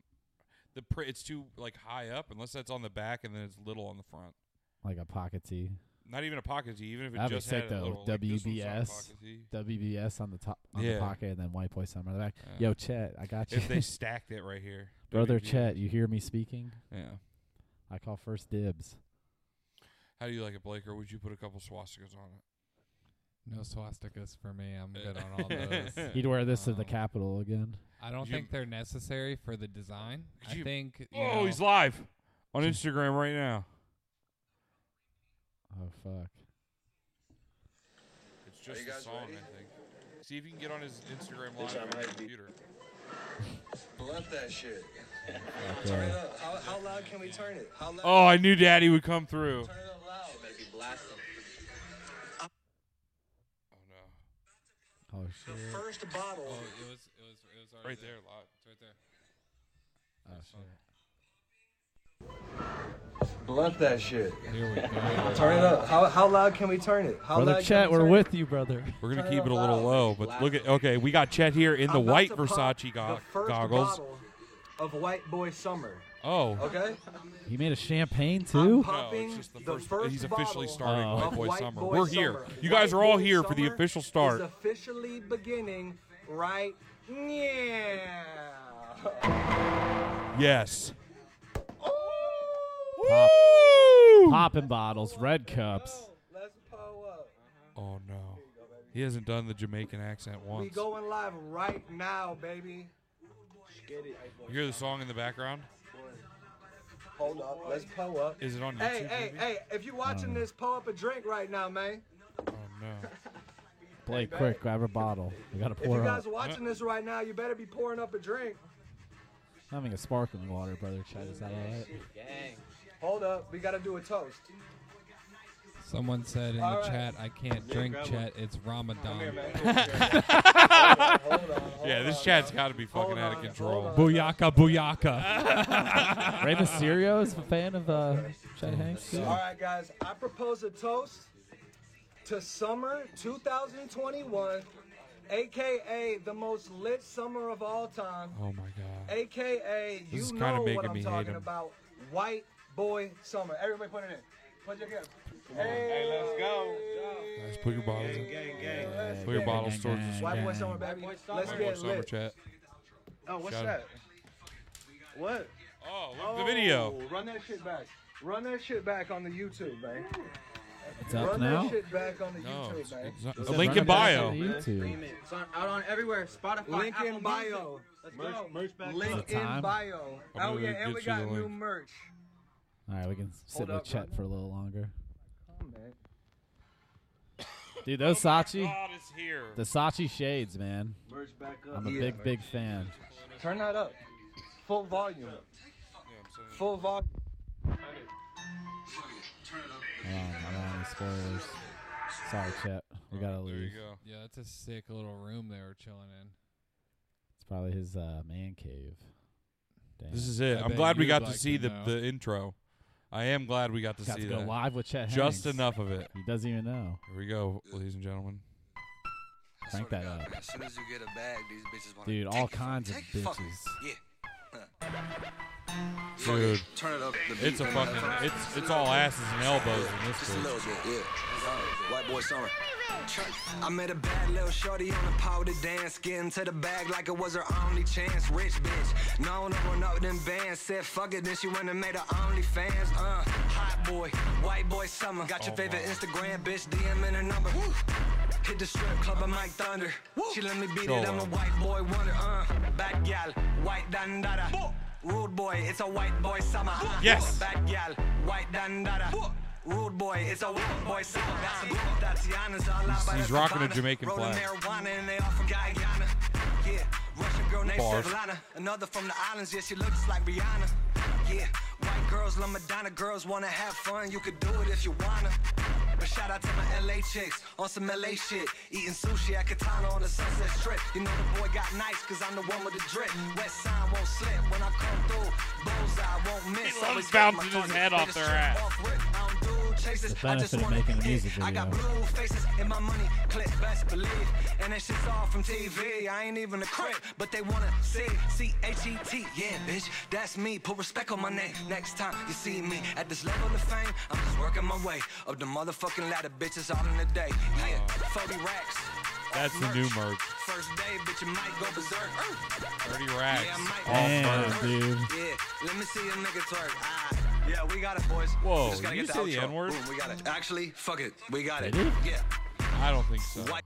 Speaker 5: The pr- it's too like high up unless that's on the back and then it's little on the front.
Speaker 1: Like a pocket tee.
Speaker 5: Not even a pocket tee, even if it
Speaker 1: That'd be
Speaker 5: just
Speaker 1: sick,
Speaker 5: had a
Speaker 1: though.
Speaker 5: little like, this one's not a
Speaker 1: WBS.
Speaker 5: pocket tee.
Speaker 1: WBS on the top on
Speaker 5: Yeah.
Speaker 1: the pocket, and then White Boy Summer on the back.
Speaker 5: Yeah.
Speaker 1: Yo, Chet, I got you,
Speaker 5: If they stacked it right here,
Speaker 1: brother
Speaker 5: WBS.
Speaker 1: Chet. You hear me speaking?
Speaker 5: Yeah.
Speaker 1: I call first dibs.
Speaker 5: How do you like it, Blake? Or would you put a couple swastikas on it?
Speaker 6: No swastikas for me. I'm good on all those.
Speaker 1: He'd wear this to the
Speaker 6: Um,
Speaker 1: Capitol again.
Speaker 6: I don't
Speaker 5: You-
Speaker 6: think they're necessary for the design. I
Speaker 5: You-
Speaker 6: think. You
Speaker 5: Oh,
Speaker 6: know,
Speaker 5: he's live on Instagram right now.
Speaker 1: Oh fuck.
Speaker 5: It's just the song, I think. See if you can get on his Instagram live on your computer.
Speaker 7: Blunt that shit.
Speaker 1: Yeah.
Speaker 7: How, how loud can we turn it? How loud?
Speaker 5: Oh, I knew Daddy would come through.
Speaker 7: Turn it up loud. Baby, blast
Speaker 5: Oh no,
Speaker 1: Oh shit.
Speaker 7: First bottle.
Speaker 6: oh, it was. It was. It was already
Speaker 5: right there, live.
Speaker 6: It's right there.
Speaker 1: Oh shit.
Speaker 7: Blunt that shit.
Speaker 6: Here we go.
Speaker 7: Turn it up. How, how loud can we turn it? How
Speaker 1: Brother
Speaker 7: loud
Speaker 1: Chet,
Speaker 7: can we
Speaker 1: we're
Speaker 7: turn
Speaker 1: with you, brother.
Speaker 5: We're gonna
Speaker 7: Turn
Speaker 5: keep
Speaker 7: it
Speaker 5: it a little
Speaker 7: up.
Speaker 5: low, but look at okay, we got Chet here in the
Speaker 7: I'm about
Speaker 5: white
Speaker 7: to pop
Speaker 5: Versace go-
Speaker 7: the first
Speaker 5: goggles.
Speaker 7: bottle Of White Boy Summer.
Speaker 5: Oh,
Speaker 7: Okay?
Speaker 1: He made a champagne
Speaker 7: I'm
Speaker 1: too.
Speaker 5: no,
Speaker 7: popping
Speaker 5: it's just the
Speaker 7: the,
Speaker 5: first.
Speaker 7: first
Speaker 5: he's officially
Speaker 7: bottle
Speaker 5: starting
Speaker 1: Oh.
Speaker 5: White
Speaker 7: of
Speaker 5: Boy
Speaker 7: White
Speaker 5: Summer.
Speaker 7: Boy
Speaker 5: We're here.
Speaker 7: Summer.
Speaker 5: You guys
Speaker 7: White
Speaker 5: are all
Speaker 7: Boy
Speaker 5: here for the
Speaker 7: Summer
Speaker 5: official
Speaker 7: is
Speaker 5: start.
Speaker 7: officially beginning right now.
Speaker 5: Yes.
Speaker 1: Pop,
Speaker 5: Woo!
Speaker 1: popping bottles, red cups.
Speaker 7: Let's pull up.
Speaker 5: Oh no, he hasn't done the Jamaican accent
Speaker 7: We
Speaker 5: once. You
Speaker 7: going live right now, baby. Get it.
Speaker 5: hear the song in the background?
Speaker 7: Hold up. Let's pull up.
Speaker 5: Is it on YouTube?
Speaker 7: Hey, hey,
Speaker 5: maybe?
Speaker 7: hey, if you watching
Speaker 1: Oh.
Speaker 7: this, pull up a drink right now, man.
Speaker 5: Oh no.
Speaker 1: Blake, quick, grab a bottle. We gotta
Speaker 7: If you
Speaker 1: pour up.
Speaker 7: guys are watching this right now, you better be pouring up a drink.
Speaker 1: I'm having a sparkling water, brother Chet. Is that all right?
Speaker 7: Hold up. We got to do a toast.
Speaker 6: Someone said in
Speaker 7: All
Speaker 6: the
Speaker 7: right.
Speaker 6: chat, "I can't drink, Chet. It's Ramadan."
Speaker 7: Here, man. Hold on, hold on,
Speaker 5: Yeah,
Speaker 7: hold
Speaker 5: this
Speaker 7: on.
Speaker 5: chat's got to be fucking
Speaker 7: Hold
Speaker 5: out of
Speaker 7: on,
Speaker 5: control.
Speaker 7: hold
Speaker 6: Booyaka, booyaka.
Speaker 1: Ray Mysterio is a fan of uh, Chet Hanks. Too.
Speaker 7: All right, guys. I propose a toast to summer 2021, aka the most lit summer of all time.
Speaker 5: Oh my god.
Speaker 7: AKA, you
Speaker 5: is kinda
Speaker 7: know
Speaker 5: making
Speaker 7: what I'm
Speaker 5: me hate
Speaker 7: talking
Speaker 5: him.
Speaker 7: about. White boy summer. Everybody put it in. Put your gift. Hey, let's go.
Speaker 5: Guys, put your bottles. in- Put your
Speaker 7: gang,
Speaker 5: bottles
Speaker 1: gang,
Speaker 5: towards
Speaker 1: gang.
Speaker 5: the
Speaker 7: White boy
Speaker 1: Gang.
Speaker 7: summer, baby. Let's
Speaker 5: White Boy
Speaker 7: get
Speaker 5: Summer
Speaker 7: lit.
Speaker 5: chat.
Speaker 4: Oh, what's
Speaker 5: Shut
Speaker 4: that?
Speaker 5: up.
Speaker 4: What?
Speaker 5: Oh, look at the video.
Speaker 7: Oh, Run that shit back. Run that shit back on the YouTube, man.
Speaker 1: It's up
Speaker 7: Run
Speaker 1: now.
Speaker 7: that shit back on the
Speaker 5: No,
Speaker 7: YouTube,
Speaker 5: it's,
Speaker 7: man.
Speaker 5: it's not,
Speaker 1: It
Speaker 5: a
Speaker 1: says
Speaker 5: link
Speaker 1: run
Speaker 5: in
Speaker 1: it down
Speaker 5: bio.
Speaker 1: to YouTube.
Speaker 4: It's on, out on everywhere. Spotify,
Speaker 7: Link
Speaker 4: Apple
Speaker 7: in bio.
Speaker 4: Music. Let's go.
Speaker 7: Link
Speaker 1: the time.
Speaker 7: in bio.
Speaker 5: I'm
Speaker 7: Oh
Speaker 5: gonna
Speaker 7: yeah, and
Speaker 5: get
Speaker 7: we
Speaker 5: you
Speaker 7: got
Speaker 5: the
Speaker 7: new
Speaker 5: link.
Speaker 7: merch.
Speaker 1: All right, we can sit
Speaker 7: Hold
Speaker 1: with
Speaker 7: up,
Speaker 1: Chet
Speaker 7: brother.
Speaker 1: for a little longer.
Speaker 7: Come on, man.
Speaker 1: Dude, those Sachi,
Speaker 5: Oh, God is here.
Speaker 1: the Sachi shades, man. I'm a
Speaker 7: Yeah.
Speaker 1: big, big fan.
Speaker 7: Turn that up. Full volume. Full volume.
Speaker 1: Um, I don't have any spoilers. Sorry, Chet. We gotta
Speaker 5: There
Speaker 1: leave.
Speaker 5: you go.
Speaker 6: yeah, that's a sick little room they were chilling in.
Speaker 1: It's probably his uh, man cave. Damn.
Speaker 5: This is it.
Speaker 6: I
Speaker 5: I'm
Speaker 6: bet
Speaker 5: glad we
Speaker 6: you'd
Speaker 5: got to
Speaker 6: like
Speaker 5: see
Speaker 6: to
Speaker 5: the,
Speaker 6: know.
Speaker 5: the intro. I am glad we got to
Speaker 1: Got
Speaker 5: see
Speaker 1: to go
Speaker 5: that.
Speaker 1: live with Chet.
Speaker 5: Just
Speaker 1: Hanks.
Speaker 5: enough of it.
Speaker 1: He doesn't even know.
Speaker 5: Here we go, ladies and gentlemen.
Speaker 1: Crank that up,
Speaker 7: As soon as you get a bag, these bitches want
Speaker 1: dude. All kinds of bitches.
Speaker 5: Dude,
Speaker 7: turn it up. The
Speaker 5: it's a fucking it's it's all asses and elbows in this
Speaker 7: Just a
Speaker 5: bitch.
Speaker 7: little bit, yeah.
Speaker 9: White boy summer.
Speaker 7: I met a bad little shorty on the powder dance, getting to the bag like it was her only chance. Rich bitch, known up on up them bands, said fuck it, then she went and made her OnlyFans. Uh, hot boy, white boy summer. Got your
Speaker 5: Oh,
Speaker 7: favorite
Speaker 5: my.
Speaker 7: Instagram bitch, DM in her number. Woo. Hit the strip club, I might thunder. She let me beat
Speaker 5: Show
Speaker 7: it, I'm a
Speaker 5: her.
Speaker 7: white boy wonder. Uh, bad gal, white dandada. Rude boy, it's a white boy summer. Uh,
Speaker 5: Yes.
Speaker 7: Bad gal, white dandada. Rude boy, it's a white boy summer. That's Tatiana's all
Speaker 5: He's-
Speaker 7: about
Speaker 5: he's
Speaker 7: a
Speaker 5: rocking a
Speaker 7: Havana.
Speaker 5: Jamaican
Speaker 7: Rolling
Speaker 5: flag.
Speaker 7: marijuana and they all from Guyana. Yeah, Russian girl named
Speaker 5: Bars.
Speaker 7: Svetlana. Another from the islands, yeah, she looks like Rihanna. Yeah, white girls, La Madonna girls wanna have fun. You could do it if you wanna. But shout out to my LA chicks on some LA shit. Eating sushi at Katana on the sunset strip. You know the boy got nice, cause I'm the one with the drip. West sign won't slip when I come through. Bullseye won't miss.
Speaker 5: loves
Speaker 7: Always got my
Speaker 5: bouncing his
Speaker 7: phone,
Speaker 5: head
Speaker 7: they
Speaker 5: off
Speaker 7: just
Speaker 5: their
Speaker 7: trip
Speaker 5: ass.
Speaker 7: off rip. I don't do chases.
Speaker 1: The
Speaker 7: I
Speaker 1: benefit
Speaker 7: just
Speaker 1: of
Speaker 7: wanna
Speaker 1: making a
Speaker 7: be
Speaker 1: music
Speaker 7: it. I got
Speaker 1: video.
Speaker 7: blue faces in my money clip, best believe. And that shit's all from TV. I ain't even a crip, but they wanna see C H E T. Yeah, bitch, that's me. Put respect on my name. Next time you see me at this level of fame, I'm just working my way up the motherfucking ladder, bitches, all in a day. Yeah, 40 racks.
Speaker 5: That's the new merch.
Speaker 7: First day, bitch, you might go berserk.
Speaker 5: Thirty racks.
Speaker 7: Yeah, I might-
Speaker 5: all
Speaker 1: Damn,
Speaker 5: merch.
Speaker 1: dude.
Speaker 7: Yeah, let me see a nigga twerk. Ah, yeah, we got it, boys.
Speaker 5: Whoa,
Speaker 7: we just gotta
Speaker 5: did
Speaker 7: get
Speaker 5: you
Speaker 7: the
Speaker 5: say the
Speaker 7: outro.
Speaker 5: N-word?
Speaker 7: Boom, we got it. Actually, fuck it, we got it.
Speaker 1: Did
Speaker 7: Yeah,
Speaker 5: I don't think so.
Speaker 7: White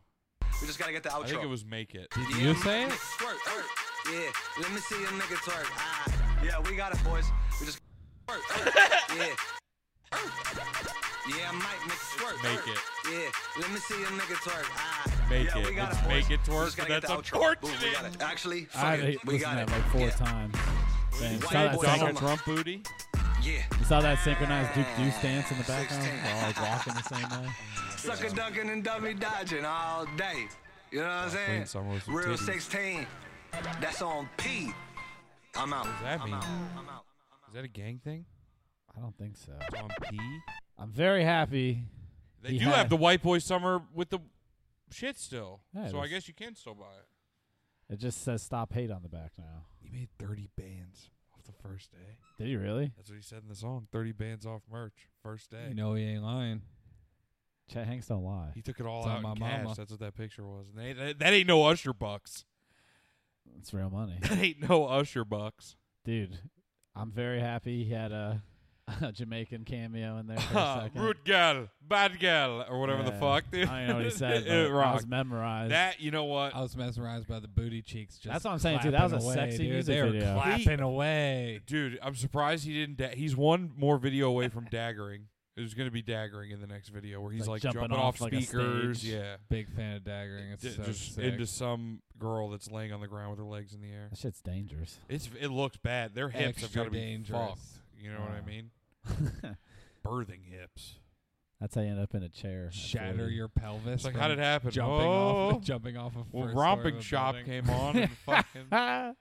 Speaker 7: we just gotta get the outro.
Speaker 5: I think it was make it.
Speaker 6: Did you say it?
Speaker 7: Twerk, twerk. Yeah, let me see a nigga twerk. Ah, yeah, we got it, boys. We just twerk. twerk. yeah. Yeah, I might make it twerk.
Speaker 5: Make
Speaker 7: twerk.
Speaker 5: it.
Speaker 7: Yeah, let me see a nigga twerk. Ah,
Speaker 5: Make
Speaker 7: yeah,
Speaker 5: it.
Speaker 7: We got
Speaker 5: It's
Speaker 7: it, boys.
Speaker 5: make it
Speaker 7: We
Speaker 5: twerk,
Speaker 7: just gotta
Speaker 5: but
Speaker 7: get
Speaker 5: that's
Speaker 7: the outro. Boom, we got
Speaker 5: unfortunate.
Speaker 7: it. Actually, fuck
Speaker 1: I
Speaker 7: it.
Speaker 1: listened
Speaker 7: We
Speaker 1: to
Speaker 7: got
Speaker 1: that
Speaker 7: it.
Speaker 1: like four
Speaker 7: yeah.
Speaker 1: times. Damn, you
Speaker 7: White
Speaker 1: saw that
Speaker 7: boy
Speaker 5: Donald
Speaker 1: synchronized,
Speaker 7: summer.
Speaker 5: Trump booty.
Speaker 7: Yeah.
Speaker 1: you saw that synchronized Duke Deuce dance in the background.
Speaker 7: 16.
Speaker 1: They're all like walking the same way.
Speaker 7: Sucker ducking and dummy dodging all day. You know what I'm saying?
Speaker 5: Queen Summer was with
Speaker 7: Real
Speaker 5: titties.
Speaker 7: 16. That's on P. I'm out.
Speaker 5: What does that
Speaker 7: I'm
Speaker 5: mean?
Speaker 7: out. I'm out.
Speaker 5: Is that a gang thing?
Speaker 1: I don't think so.
Speaker 5: It's on P.
Speaker 1: I'm very happy.
Speaker 5: They
Speaker 1: He
Speaker 5: do
Speaker 1: had-
Speaker 5: have the white boy summer with the shit still.
Speaker 1: Yeah, it
Speaker 5: so I
Speaker 1: was-
Speaker 5: guess you can still buy it.
Speaker 1: It just says "Stop Hate" on the back now.
Speaker 5: He made thirty bands off the first day.
Speaker 1: Did he really?
Speaker 5: That's what he said in the song. Thirty bands off merch first day.
Speaker 6: You know he ain't lying.
Speaker 1: Chet Hanks don't lie.
Speaker 5: He took it all
Speaker 6: It's on
Speaker 5: out in
Speaker 6: my
Speaker 5: cash.
Speaker 6: mama.
Speaker 5: That's what that picture was. And they, that, that ain't no Usher bucks.
Speaker 1: It's real money,
Speaker 5: That ain't no Usher bucks.
Speaker 1: dude. I'm very happy he had a, a Jamaican cameo in there for a second.
Speaker 5: Root girl, bad girl, or whatever the
Speaker 1: Yeah.
Speaker 5: fuck, dude.
Speaker 1: I don't know what he said.
Speaker 5: it
Speaker 1: but I
Speaker 5: rocked.
Speaker 1: was memorized.
Speaker 5: That you know what?
Speaker 6: I was mesmerized by the booty cheeks. Just
Speaker 1: That's what I'm saying, too. That was a
Speaker 6: clapping away,
Speaker 1: sexy
Speaker 6: dude.
Speaker 1: music
Speaker 6: they were
Speaker 1: video.
Speaker 6: clapping away.
Speaker 5: Dude, I'm surprised he didn't. Da- he's one more video away from daggering. There's gonna be daggering in the next video where he's
Speaker 1: Like
Speaker 5: like, jumping,
Speaker 1: jumping
Speaker 5: off,
Speaker 1: off, like, a
Speaker 5: speakers.
Speaker 1: stage.
Speaker 5: yeah,
Speaker 6: Big fan of daggering. It's
Speaker 5: D-
Speaker 6: so
Speaker 5: just
Speaker 6: sick.
Speaker 5: into some girl that's laying on the ground with her legs in the air.
Speaker 1: that shit's dangerous.
Speaker 5: It's it looks bad. Their hips have
Speaker 6: Extra
Speaker 5: got to be
Speaker 6: dangerous.
Speaker 5: fucked. You know what I
Speaker 1: Yeah.
Speaker 5: mean? Birthing hips.
Speaker 1: That's how you end up in a chair. at
Speaker 6: shatter
Speaker 1: 40.
Speaker 6: your pelvis.
Speaker 5: It's like
Speaker 6: from
Speaker 5: how did it happen?
Speaker 6: Jumping
Speaker 5: oh.
Speaker 6: off, jumping off of.
Speaker 5: Well,
Speaker 6: first story of
Speaker 5: romping
Speaker 6: a
Speaker 5: shop
Speaker 6: building.
Speaker 5: came on and fucking.
Speaker 1: Ah!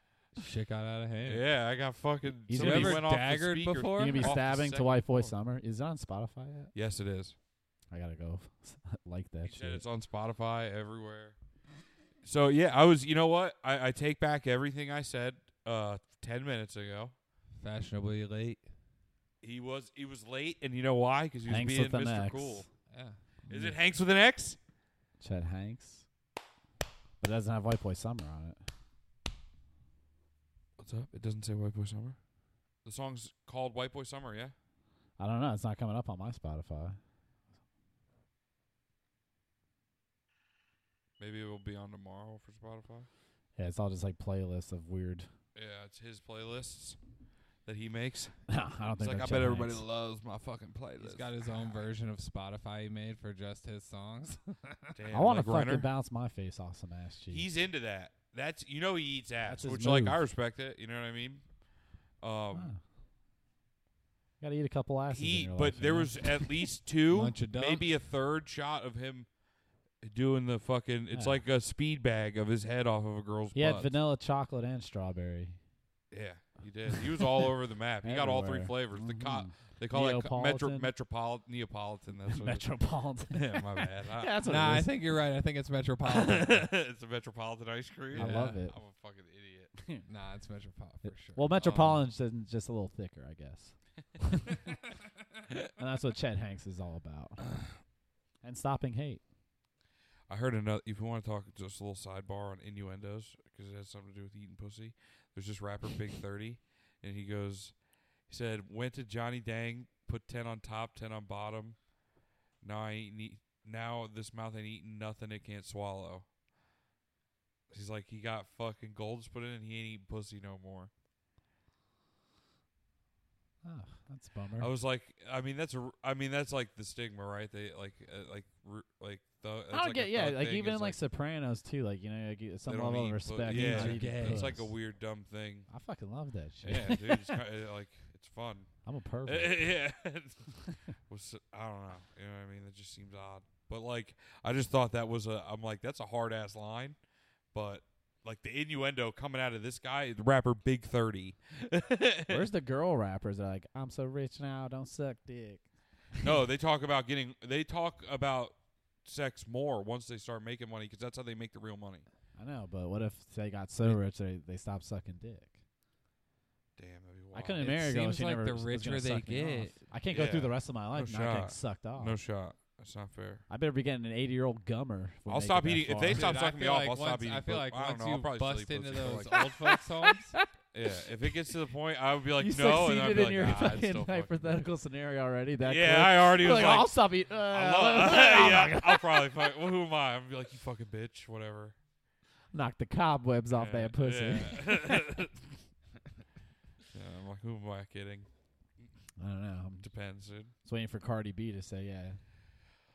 Speaker 6: Shit got out of hand.
Speaker 5: Yeah, I got fucking.
Speaker 1: He's
Speaker 5: somebody
Speaker 1: never
Speaker 5: went off the
Speaker 6: daggered
Speaker 5: speaker.
Speaker 6: before?
Speaker 1: You gonna be
Speaker 5: Off the
Speaker 1: stabbing to
Speaker 5: second
Speaker 1: White Boy
Speaker 5: floor.
Speaker 1: Summer? Is it on Spotify yet?
Speaker 5: Yes, it is.
Speaker 1: I gotta go like that
Speaker 5: He said
Speaker 1: shit.
Speaker 5: it's on Spotify everywhere. So yeah, I was. You know what? I, I take back everything I said uh, ten minutes ago.
Speaker 6: Fashionably late.
Speaker 5: He was he was late, and you know why? Because he was
Speaker 1: Hanks
Speaker 5: being
Speaker 1: with an
Speaker 5: Mr.
Speaker 1: X.
Speaker 5: Cool.
Speaker 6: Yeah.
Speaker 5: Is it Hanks with an X?
Speaker 1: Chet Hanks, but it doesn't have White Boy Summer on it.
Speaker 5: What's up? It doesn't say White Boy Summer. The song's called White Boy Summer. Yeah.
Speaker 1: I don't know. It's not coming up on my Spotify.
Speaker 5: Maybe it will be on tomorrow for Spotify.
Speaker 1: Yeah, it's all just like playlists of weird.
Speaker 5: Yeah, it's his playlists that he makes.
Speaker 1: I don't
Speaker 5: It's
Speaker 1: think.
Speaker 5: like I
Speaker 1: that's
Speaker 5: bet
Speaker 1: Chet
Speaker 5: everybody
Speaker 1: Hanks.
Speaker 5: loves my fucking playlist.
Speaker 6: He's got his own version of Spotify he made for just his songs.
Speaker 5: Damn,
Speaker 1: I want
Speaker 5: like
Speaker 1: to fucking
Speaker 5: Renner.
Speaker 1: bounce my face off some ass cheeks.
Speaker 5: He's into that. That's you know he eats ass,
Speaker 1: That's his
Speaker 5: which like I
Speaker 1: move.
Speaker 5: respect it. You know what I mean? Um,
Speaker 1: Wow. Gotta eat a couple asses. in
Speaker 5: he
Speaker 1: your life,
Speaker 5: but
Speaker 1: you
Speaker 5: there
Speaker 1: know?
Speaker 5: was at least two,
Speaker 6: Bunch of dumps.
Speaker 5: maybe a third shot of him doing the fucking. It's
Speaker 1: Yeah.
Speaker 5: like a speed bag of his head off of a girl's.
Speaker 1: He had
Speaker 5: butt.
Speaker 1: vanilla, chocolate, and strawberry.
Speaker 5: Yeah, he did. He was all over the map. He got all
Speaker 1: Everywhere.
Speaker 5: three
Speaker 1: Mm-hmm.
Speaker 5: flavors. The co- they call it co- metro
Speaker 1: Neapolitan.
Speaker 5: metropolitan Neapolitan. That's what it is.
Speaker 1: Metropolitan.
Speaker 5: yeah, my bad. I-
Speaker 1: yeah, that's what
Speaker 6: nah,
Speaker 1: it
Speaker 6: I
Speaker 1: is.
Speaker 6: think you're right. I think it's Metropolitan.
Speaker 5: it's a metropolitan ice cream.
Speaker 1: I love
Speaker 5: Yeah.
Speaker 1: it.
Speaker 5: I'm a fucking idiot.
Speaker 6: nah, it's Metropolitan for sure. Um,
Speaker 1: Well,
Speaker 5: Um,
Speaker 1: Metropolitan's just- just a little thicker, I guess. and that's what Chet Hanks is all about. And stopping hate.
Speaker 5: I heard another. If you want to talk, just a little sidebar on innuendos because it has something to do with eating pussy. There's this rapper Big Thirty, and he goes, he said, went to Johnny Dang, put ten on top, ten on bottom. Now I ain't eat, now this mouth ain't eating nothing it can't swallow. He's like he got fucking golds put in, and he ain't eating pussy no more.
Speaker 1: Oh, that's a bummer.
Speaker 5: I was like, I mean that's a, r- I mean that's like the stigma, right? They like, uh, like, r- like the.
Speaker 1: I don't get, yeah, like even in like Sopranos too, like you know, like you- some
Speaker 5: They don't
Speaker 1: level
Speaker 5: eat
Speaker 1: of
Speaker 5: pu-
Speaker 1: respect.
Speaker 5: Yeah,
Speaker 1: for
Speaker 6: They're
Speaker 1: eating
Speaker 6: gay.
Speaker 5: it's like a
Speaker 1: puss.
Speaker 5: weird dumb thing.
Speaker 1: I fucking love that shit.
Speaker 5: Yeah, dude, it's kind of, like it's fun.
Speaker 1: I'm a pervert.
Speaker 5: yeah, was I don't know. You know what I mean? That just seems odd. But like, I just thought that was a. I'm like, that's a hard ass line, but like the innuendo coming out of this guy, the rapper Big Thirty.
Speaker 1: Where's the girl rappers that are like, I'm so rich now, don't suck dick.
Speaker 5: No, they talk about getting. They talk about sex more once they start making money because that's how they make the real money.
Speaker 1: I know, but what if they got so rich they they stopped sucking dick?
Speaker 5: Damn, that'd be
Speaker 1: I
Speaker 5: wild.
Speaker 1: couldn't
Speaker 6: It
Speaker 1: marry a girl. if
Speaker 6: seems
Speaker 1: she
Speaker 6: like
Speaker 1: never
Speaker 6: the
Speaker 1: was gonna
Speaker 6: richer they
Speaker 1: suck me off.
Speaker 6: get-
Speaker 1: I can't go through
Speaker 5: Yeah.
Speaker 1: the rest of my life
Speaker 5: No
Speaker 1: not getting
Speaker 5: shot.
Speaker 1: sucked off.
Speaker 5: No shot. That's not fair.
Speaker 1: I better be getting an eighty-year-old gummer. if we
Speaker 5: I'll
Speaker 1: make
Speaker 5: stop
Speaker 1: it that
Speaker 5: eating- if
Speaker 1: far.
Speaker 5: they
Speaker 6: Dude,
Speaker 5: stop
Speaker 6: I
Speaker 5: sucking me
Speaker 6: feel
Speaker 5: off,
Speaker 6: like
Speaker 5: I'll stop
Speaker 6: once-
Speaker 5: eating
Speaker 6: I feel
Speaker 5: pussy.
Speaker 6: like
Speaker 5: I don't
Speaker 6: once
Speaker 5: know, I'll
Speaker 6: you
Speaker 5: probably
Speaker 6: bust
Speaker 5: sleep
Speaker 6: into
Speaker 5: pussy,
Speaker 6: those
Speaker 5: like-
Speaker 6: old folks' homes,
Speaker 5: Yeah, if it gets to the point, I would be like,
Speaker 1: you
Speaker 5: no, and I'd
Speaker 1: succeeded
Speaker 5: be
Speaker 1: in
Speaker 5: like,
Speaker 1: your
Speaker 5: nah, it's
Speaker 1: fucking
Speaker 5: still fucking-
Speaker 1: hypothetical scenario already. That
Speaker 5: Yeah,
Speaker 1: quick.
Speaker 5: I already
Speaker 1: You're
Speaker 5: was
Speaker 1: like,
Speaker 5: like,
Speaker 1: I'll stop eating. Uh,
Speaker 5: I love,
Speaker 1: I'm not
Speaker 5: yeah, I'll probably fuck. Well, who am I? I'm be like, you fucking bitch, whatever.
Speaker 1: knock the cobwebs off
Speaker 5: Yeah,
Speaker 1: that pussy.
Speaker 5: Yeah. Yeah, I'm like, who am I kidding?
Speaker 1: I don't know. I'm
Speaker 5: Depends, dude.
Speaker 1: just waiting for Cardi B to say yeah.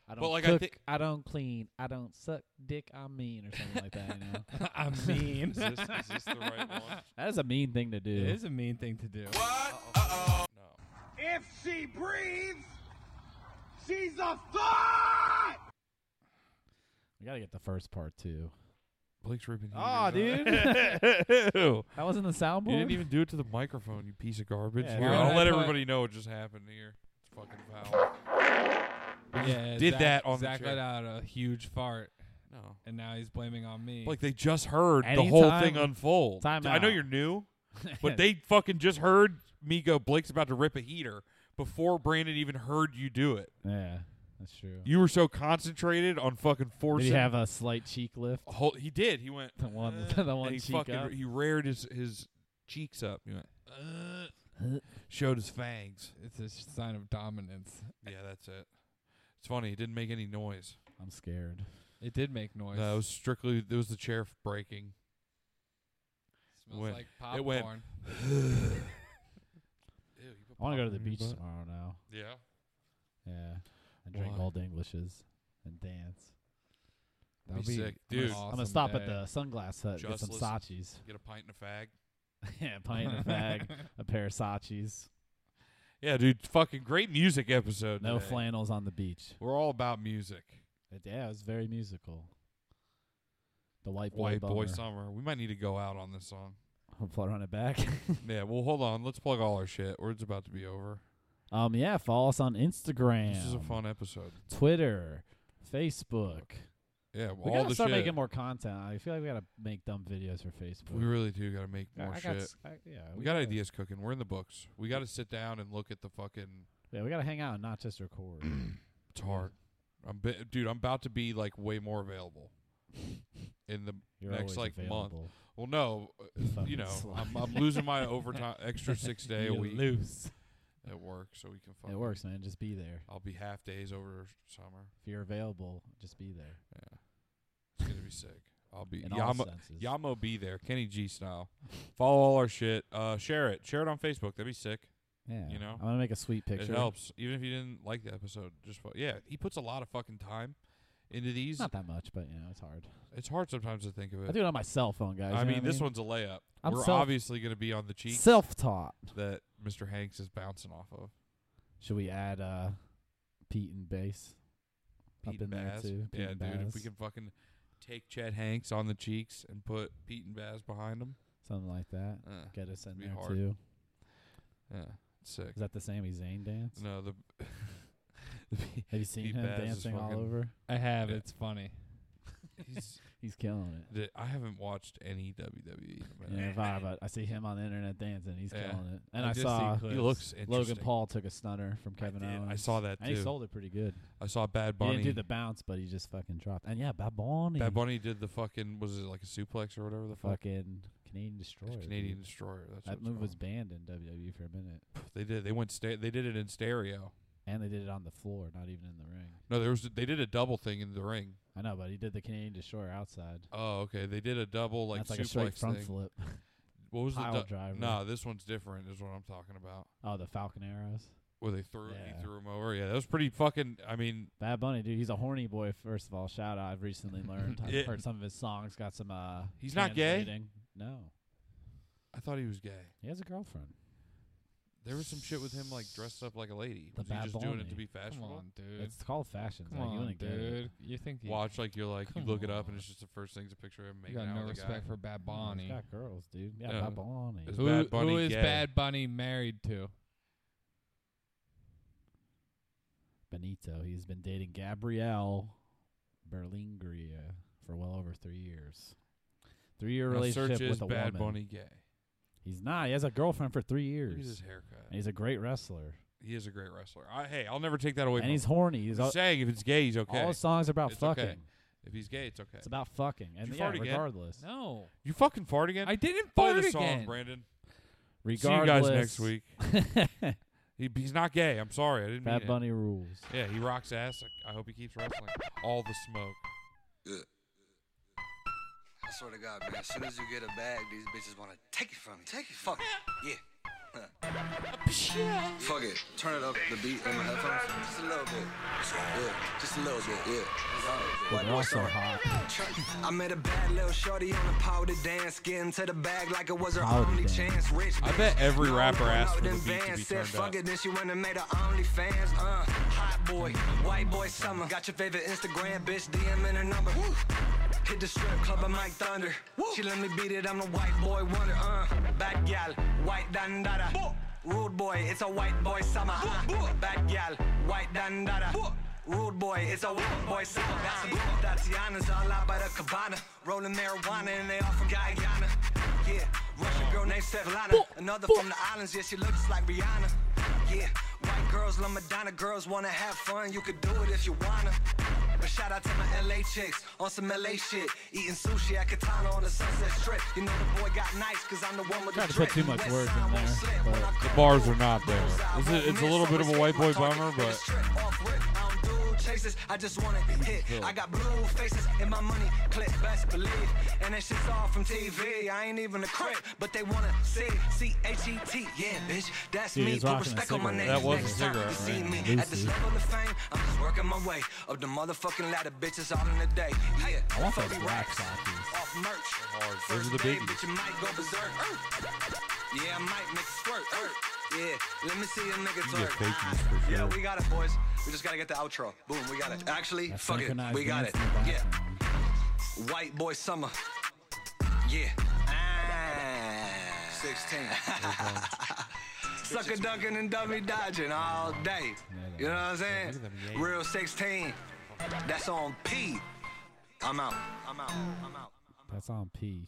Speaker 1: I don't
Speaker 5: But like,
Speaker 1: cook,
Speaker 5: I think
Speaker 1: I don't clean, I don't suck dick, I'm mean or something like that. You know,
Speaker 6: I mean,
Speaker 5: is this is this the right one?
Speaker 1: that is a mean thing to do.
Speaker 6: it is a mean thing to do.
Speaker 5: No.
Speaker 3: If she breathes, she's a thought!
Speaker 1: We gotta get the first part too.
Speaker 5: Blake's ripping.
Speaker 1: Aw, dude.
Speaker 5: Ew.
Speaker 1: That wasn't the soundboard.
Speaker 5: You didn't even do it to the microphone, you piece of garbage.
Speaker 1: Yeah,
Speaker 5: Here,
Speaker 1: dude.
Speaker 5: I'll let
Speaker 6: I thought-
Speaker 5: everybody know what just happened here. It's fucking foul.
Speaker 6: Yeah,
Speaker 5: did
Speaker 6: Zach,
Speaker 5: that on the
Speaker 6: Zach
Speaker 5: chair.
Speaker 6: let out a huge fart,
Speaker 5: No.
Speaker 6: and now he's blaming on me.
Speaker 5: Like they just heard the whole
Speaker 1: Anytime-
Speaker 5: thing unfold.
Speaker 1: Time
Speaker 5: I know
Speaker 1: out.
Speaker 5: you're new, but they fucking just heard me go. Blake's about to rip a heater before Brandon even heard you do it.
Speaker 1: Yeah, that's true.
Speaker 5: You were so concentrated on fucking
Speaker 1: Did
Speaker 5: forcing.
Speaker 1: he have a slight cheek lift?
Speaker 5: a whole, he did. He went
Speaker 1: The one-
Speaker 5: "Uh,"
Speaker 1: the
Speaker 5: and
Speaker 1: one
Speaker 5: he
Speaker 1: cheek
Speaker 5: fucking
Speaker 1: up.
Speaker 5: he reared his his cheeks up. He went "Uh," showed his fangs.
Speaker 6: it's a sign of dominance.
Speaker 5: Yeah, that's it. It's funny. It didn't make any noise.
Speaker 1: I'm scared.
Speaker 6: It did make noise.
Speaker 5: No, it was strictly it was the chair f- breaking.
Speaker 6: smells
Speaker 5: went-
Speaker 6: like popcorn.
Speaker 5: it went-
Speaker 1: I want to go to the beach tomorrow now.
Speaker 5: Yeah.
Speaker 1: Yeah, and drink
Speaker 5: Why?
Speaker 1: old Englishes and dance.
Speaker 6: That'll
Speaker 5: be sick. Dude.
Speaker 1: I'm gonna stop at the sunglass hut and get
Speaker 5: Just
Speaker 1: some
Speaker 5: listen.
Speaker 1: sachis.
Speaker 5: Get a pint and a fag.
Speaker 1: yeah, pint and a fag, a pair of sachis,
Speaker 5: Yeah, dude. Fucking great music episode.
Speaker 1: no
Speaker 5: today.
Speaker 1: flannels on the beach.
Speaker 5: We're all about music.
Speaker 1: But yeah, it was very musical. The white boy,
Speaker 5: White boy
Speaker 1: bummer.
Speaker 5: summer. We might need to go out on this song.
Speaker 1: I'll run it back.
Speaker 5: yeah. Well, hold on. Let's plug all our shit. Or it's about to be over.
Speaker 1: um, yeah, follow us on Instagram.
Speaker 5: This is a fun episode.
Speaker 1: Twitter, Facebook.
Speaker 5: Yeah.
Speaker 1: We
Speaker 5: all
Speaker 1: gotta
Speaker 5: the
Speaker 1: start
Speaker 5: shit.
Speaker 1: making more content. I feel like we gotta make dumb videos for Facebook.
Speaker 5: we really do gotta make
Speaker 1: I-
Speaker 5: more
Speaker 1: I
Speaker 5: shit.
Speaker 1: got s- I- yeah,
Speaker 5: we got
Speaker 1: gotta-
Speaker 5: ideas cooking. We're in the books. We gotta sit down and look at the fucking.
Speaker 1: Yeah, we gotta hang out and not just record.
Speaker 5: It's hard. I'm, bi- dude. I'm about to be like way more available in the
Speaker 1: You're always
Speaker 5: Next, like, month.
Speaker 1: available.
Speaker 5: Well, no, uh,
Speaker 1: Fucking
Speaker 5: you know, I'm,
Speaker 1: slut.
Speaker 5: I'm losing my overtime, extra six day a
Speaker 1: You
Speaker 5: week
Speaker 1: Loose.
Speaker 5: at work, so we can.
Speaker 1: It
Speaker 5: fucking-
Speaker 1: works, man. Just be there.
Speaker 5: I'll be half days over summer.
Speaker 1: If you're available, just be there.
Speaker 5: It's gonna be sick. I'll be
Speaker 1: In all
Speaker 5: Yamo.
Speaker 1: senses.
Speaker 5: Yamo be there, Kenny G style. Follow all our shit. Uh, share it. Share it on Facebook. That'd be sick.
Speaker 1: yeah.
Speaker 5: you know,
Speaker 1: I'm gonna make a sweet picture.
Speaker 5: It helps, even if you didn't like the episode. Just fo- yeah, he puts a lot of fucking time into these.
Speaker 1: Not that much, but you know, it's hard.
Speaker 5: It's hard sometimes to think of
Speaker 1: I
Speaker 5: it.
Speaker 1: do it on my cell phone, guys.
Speaker 5: I
Speaker 1: you know
Speaker 5: mean,
Speaker 1: what
Speaker 5: this one's a layup.
Speaker 1: I'm
Speaker 5: We're
Speaker 1: self-
Speaker 5: obviously gonna be on the cheek
Speaker 1: self-taught.
Speaker 5: that Mr. Hanks is bouncing off of.
Speaker 1: Should we add uh, Pete and bass?
Speaker 5: Pete
Speaker 1: up in there
Speaker 5: Baz.
Speaker 1: too. Pete
Speaker 5: yeah,
Speaker 1: and
Speaker 5: dude, if
Speaker 1: Baz.
Speaker 5: we can fucking take Chet Hanks on the cheeks and put Pete and Baz behind him,
Speaker 1: something like that.
Speaker 5: uh,
Speaker 1: Get us in
Speaker 5: be
Speaker 1: there
Speaker 5: hard.
Speaker 1: too.
Speaker 5: yeah, sick.
Speaker 1: Is that the Sammy Zayn dance?
Speaker 5: No, the
Speaker 1: Have you seen
Speaker 5: Pete
Speaker 1: him
Speaker 5: Baz is
Speaker 1: dancing all
Speaker 5: fucking-
Speaker 1: over?
Speaker 6: I have.
Speaker 5: Yeah.
Speaker 6: It's funny.
Speaker 5: he's,
Speaker 1: He's killing it.
Speaker 5: the, I haven't watched any WWE. In a
Speaker 1: Yeah,
Speaker 5: minute.
Speaker 1: if I, but I see him on the internet dancing. He's
Speaker 5: Yeah.
Speaker 1: killing it. And I,
Speaker 6: I just see
Speaker 1: saw
Speaker 6: clips.
Speaker 5: He looks
Speaker 1: Logan
Speaker 5: interesting.
Speaker 1: Paul took a stunner from Kevin
Speaker 5: I, did.
Speaker 1: Owens.
Speaker 5: I saw that
Speaker 1: And he
Speaker 5: too.
Speaker 1: sold it pretty good.
Speaker 5: I saw Bad
Speaker 1: He
Speaker 5: Bunny.
Speaker 1: didn't do the bounce, but he just fucking dropped. And yeah, Bad Bunny.
Speaker 5: Bad Bunny did the fucking was it like a suplex or whatever the fuck?
Speaker 1: Fucking Canadian
Speaker 5: It's
Speaker 1: Destroyer. dude.
Speaker 5: Canadian Destroyer. That's
Speaker 1: That
Speaker 5: what
Speaker 1: move
Speaker 5: it's
Speaker 1: was banned in WWE for a minute.
Speaker 5: called. they did. They went sta- They did it in stereo.
Speaker 1: And they did it on the floor, not even in the ring.
Speaker 5: No, there was. They did a double thing in the ring.
Speaker 1: I know, but he did the Canadian Destroyer outside.
Speaker 5: Oh, okay. They did a double like
Speaker 1: That's like a
Speaker 5: suplex
Speaker 1: straight front
Speaker 5: thing.
Speaker 1: flip.
Speaker 5: What was
Speaker 1: Pile
Speaker 5: the du-
Speaker 1: driver.
Speaker 5: No, this one's different. Is what I'm talking about.
Speaker 1: Oh, the Falcon arrows.
Speaker 5: Where they threw
Speaker 1: Yeah.
Speaker 5: he threw him over. Yeah, that was pretty fucking. I mean,
Speaker 1: Bad Bunny, dude, he's a horny boy. First of all, shout out. I've recently learned. I've
Speaker 5: Yeah.
Speaker 1: heard some of his songs. Got some. uh
Speaker 5: He's not gay?
Speaker 1: translating. No,
Speaker 5: I thought he was gay.
Speaker 1: he has a girlfriend.
Speaker 5: There was some shit with him like dressed up like a lady.
Speaker 1: The
Speaker 5: was he
Speaker 1: Bad
Speaker 5: just doing it
Speaker 1: Bunny.
Speaker 5: to be
Speaker 6: Come
Speaker 5: fashionable?
Speaker 6: on, dude.
Speaker 1: It's called fashion.
Speaker 6: Come
Speaker 1: Zach. you
Speaker 6: on,
Speaker 1: wouldn't get it.
Speaker 6: dude. You think you,
Speaker 5: Watch like you're like
Speaker 6: Come
Speaker 5: you look it up
Speaker 6: on.
Speaker 5: and it's just the first thing's a picture of him
Speaker 6: you
Speaker 5: making
Speaker 6: got
Speaker 5: out
Speaker 6: no
Speaker 5: with a guy.
Speaker 6: respect for Bad
Speaker 1: He's
Speaker 6: Bonnie?
Speaker 1: got girls, dude. Yeah,
Speaker 5: Yeah.
Speaker 1: Bad Bunny.
Speaker 5: Is
Speaker 6: Who,
Speaker 5: Bad Bunny
Speaker 6: who is
Speaker 5: gay?
Speaker 6: Bad Bunny married to?
Speaker 1: Benito. He's been dating Gabrielle Berlingria for well over three years. Three year
Speaker 5: Now,
Speaker 1: relationship
Speaker 5: search is
Speaker 1: with a
Speaker 5: Bad
Speaker 1: woman.
Speaker 5: Bunny gay.
Speaker 1: He's not. He has a girlfriend for three
Speaker 5: Look at his
Speaker 1: years.
Speaker 5: haircut.
Speaker 1: And he's a great wrestler.
Speaker 5: He is a great wrestler. I, hey, I'll never take that away.
Speaker 1: and
Speaker 5: from
Speaker 1: he's
Speaker 5: him.
Speaker 1: horny. He's
Speaker 5: I'm
Speaker 1: all,
Speaker 5: saying if it's gay, he's okay.
Speaker 1: all his songs are about
Speaker 5: It's okay.
Speaker 1: fucking.
Speaker 5: if he's gay, it's okay.
Speaker 1: It's about fucking. And
Speaker 5: you
Speaker 1: yeah,
Speaker 5: fart again?
Speaker 1: regardless.
Speaker 6: No,
Speaker 5: you fucking fart again.
Speaker 6: I didn't
Speaker 5: Play
Speaker 6: fart
Speaker 5: the song,
Speaker 6: again.
Speaker 5: Brandon.
Speaker 1: Regardless.
Speaker 5: See you guys next week. He, he's not gay. I'm sorry. I didn't mean
Speaker 1: Bad
Speaker 5: it.
Speaker 1: Bunny rules.
Speaker 5: Yeah, he rocks ass. I, I hope he keeps wrestling. All the smoke.
Speaker 4: I swear to God, man, as soon as you get a bag, these bitches wanna take it from you. Take it. Fuck it. Yeah. Fuck it. Turn it up the beat in my headphones. Just a little bit. Yeah. Just a little bit. Yeah. White
Speaker 1: They're
Speaker 4: boy
Speaker 1: also
Speaker 4: summer.
Speaker 1: hot.
Speaker 4: I met a bad little shorty on the power to dance. Get into the bag like it was her
Speaker 1: Power to
Speaker 4: only
Speaker 1: dance.
Speaker 4: chance. Rich
Speaker 5: I
Speaker 4: bitch.
Speaker 5: bet every
Speaker 4: Now I'm
Speaker 5: rapper
Speaker 4: going
Speaker 5: asked
Speaker 4: out
Speaker 5: for the
Speaker 4: in
Speaker 5: beat to
Speaker 4: Vans,
Speaker 5: be
Speaker 4: said,
Speaker 5: turned
Speaker 4: Fuck
Speaker 5: up.
Speaker 4: it, then she went and made her OnlyFans. Uh, hot boy, white boy summer. Got your favorite Instagram bitch DM in her number. Hit the strip club, I'm Mike Thunder. She let me beat it, I'm the white boy wonder. Uh, bad gal, white dandada. Rude boy, it's a white boy summer. Uh, bad gal, white dandada. Rude boy, it's a white boy summer. Uh, Tatiana's all out by the cabana. Rolling marijuana and they all from Guyana. Yeah, Russian girl named Svetlana. Another from the islands, yeah, she looks like Rihanna. Yeah, white girls, La Madonna girls wanna have fun. You could do it if you wanna. But shout out to my LA chicks on some LA shit. Eating sushi at Katana on the Sunset Strip. You know the boy got nice, cause I'm the one with
Speaker 1: Tried
Speaker 4: the
Speaker 1: to put
Speaker 4: drip.
Speaker 1: too much
Speaker 4: West
Speaker 1: words
Speaker 4: side
Speaker 1: in
Speaker 4: won't
Speaker 1: there,
Speaker 4: slip when
Speaker 1: but-
Speaker 4: I
Speaker 5: The
Speaker 4: come
Speaker 5: bars
Speaker 4: through.
Speaker 5: are not there. It's a, it's a little bit of a white boy bummer, but
Speaker 4: I don't do chases, I just want it hit. I got blue faces in my money clip, best believe. And that shit's all from TV. I ain't even a crip, but they wanna see C H E T. Yeah, bitch, that's
Speaker 1: Dude,
Speaker 4: me.
Speaker 1: he's
Speaker 4: Put
Speaker 1: rocking a
Speaker 4: respect on my
Speaker 1: cigarette.
Speaker 4: name.
Speaker 5: That was a
Speaker 4: Next time
Speaker 5: cigarette,
Speaker 4: you see
Speaker 5: right?
Speaker 4: me at this
Speaker 1: Lucy.
Speaker 4: level of fame, I'm just working my way up the motherfucking ladder, bitches all in the day. Yeah,
Speaker 1: I want
Speaker 4: fuck
Speaker 1: those
Speaker 4: these
Speaker 1: black
Speaker 4: racks.
Speaker 1: sockies.
Speaker 4: Off merch.
Speaker 5: Hard. Those
Speaker 4: First
Speaker 5: are the
Speaker 4: day,
Speaker 5: biggies.
Speaker 4: bitch, you might go berserk. Yeah, I might make it squirt. Yeah, let me see a nigga
Speaker 5: can get
Speaker 4: twerk.
Speaker 5: fake
Speaker 4: Ah,
Speaker 5: news for
Speaker 4: Yeah,
Speaker 5: sure.
Speaker 4: we got it, boys. We just gotta get the outro. Boom, we got it. Actually,
Speaker 1: That
Speaker 4: fuck it,
Speaker 1: synchronized
Speaker 4: we got it.
Speaker 1: dance in the
Speaker 4: Yeah,
Speaker 1: bathroom.
Speaker 4: white boy summer. Yeah. Ah. 16. Sucker ducking and dummy dodging all day. You know what I'm saying? Real 16. That's on P. I'm out. I'm out. I'm out.
Speaker 1: That's on P.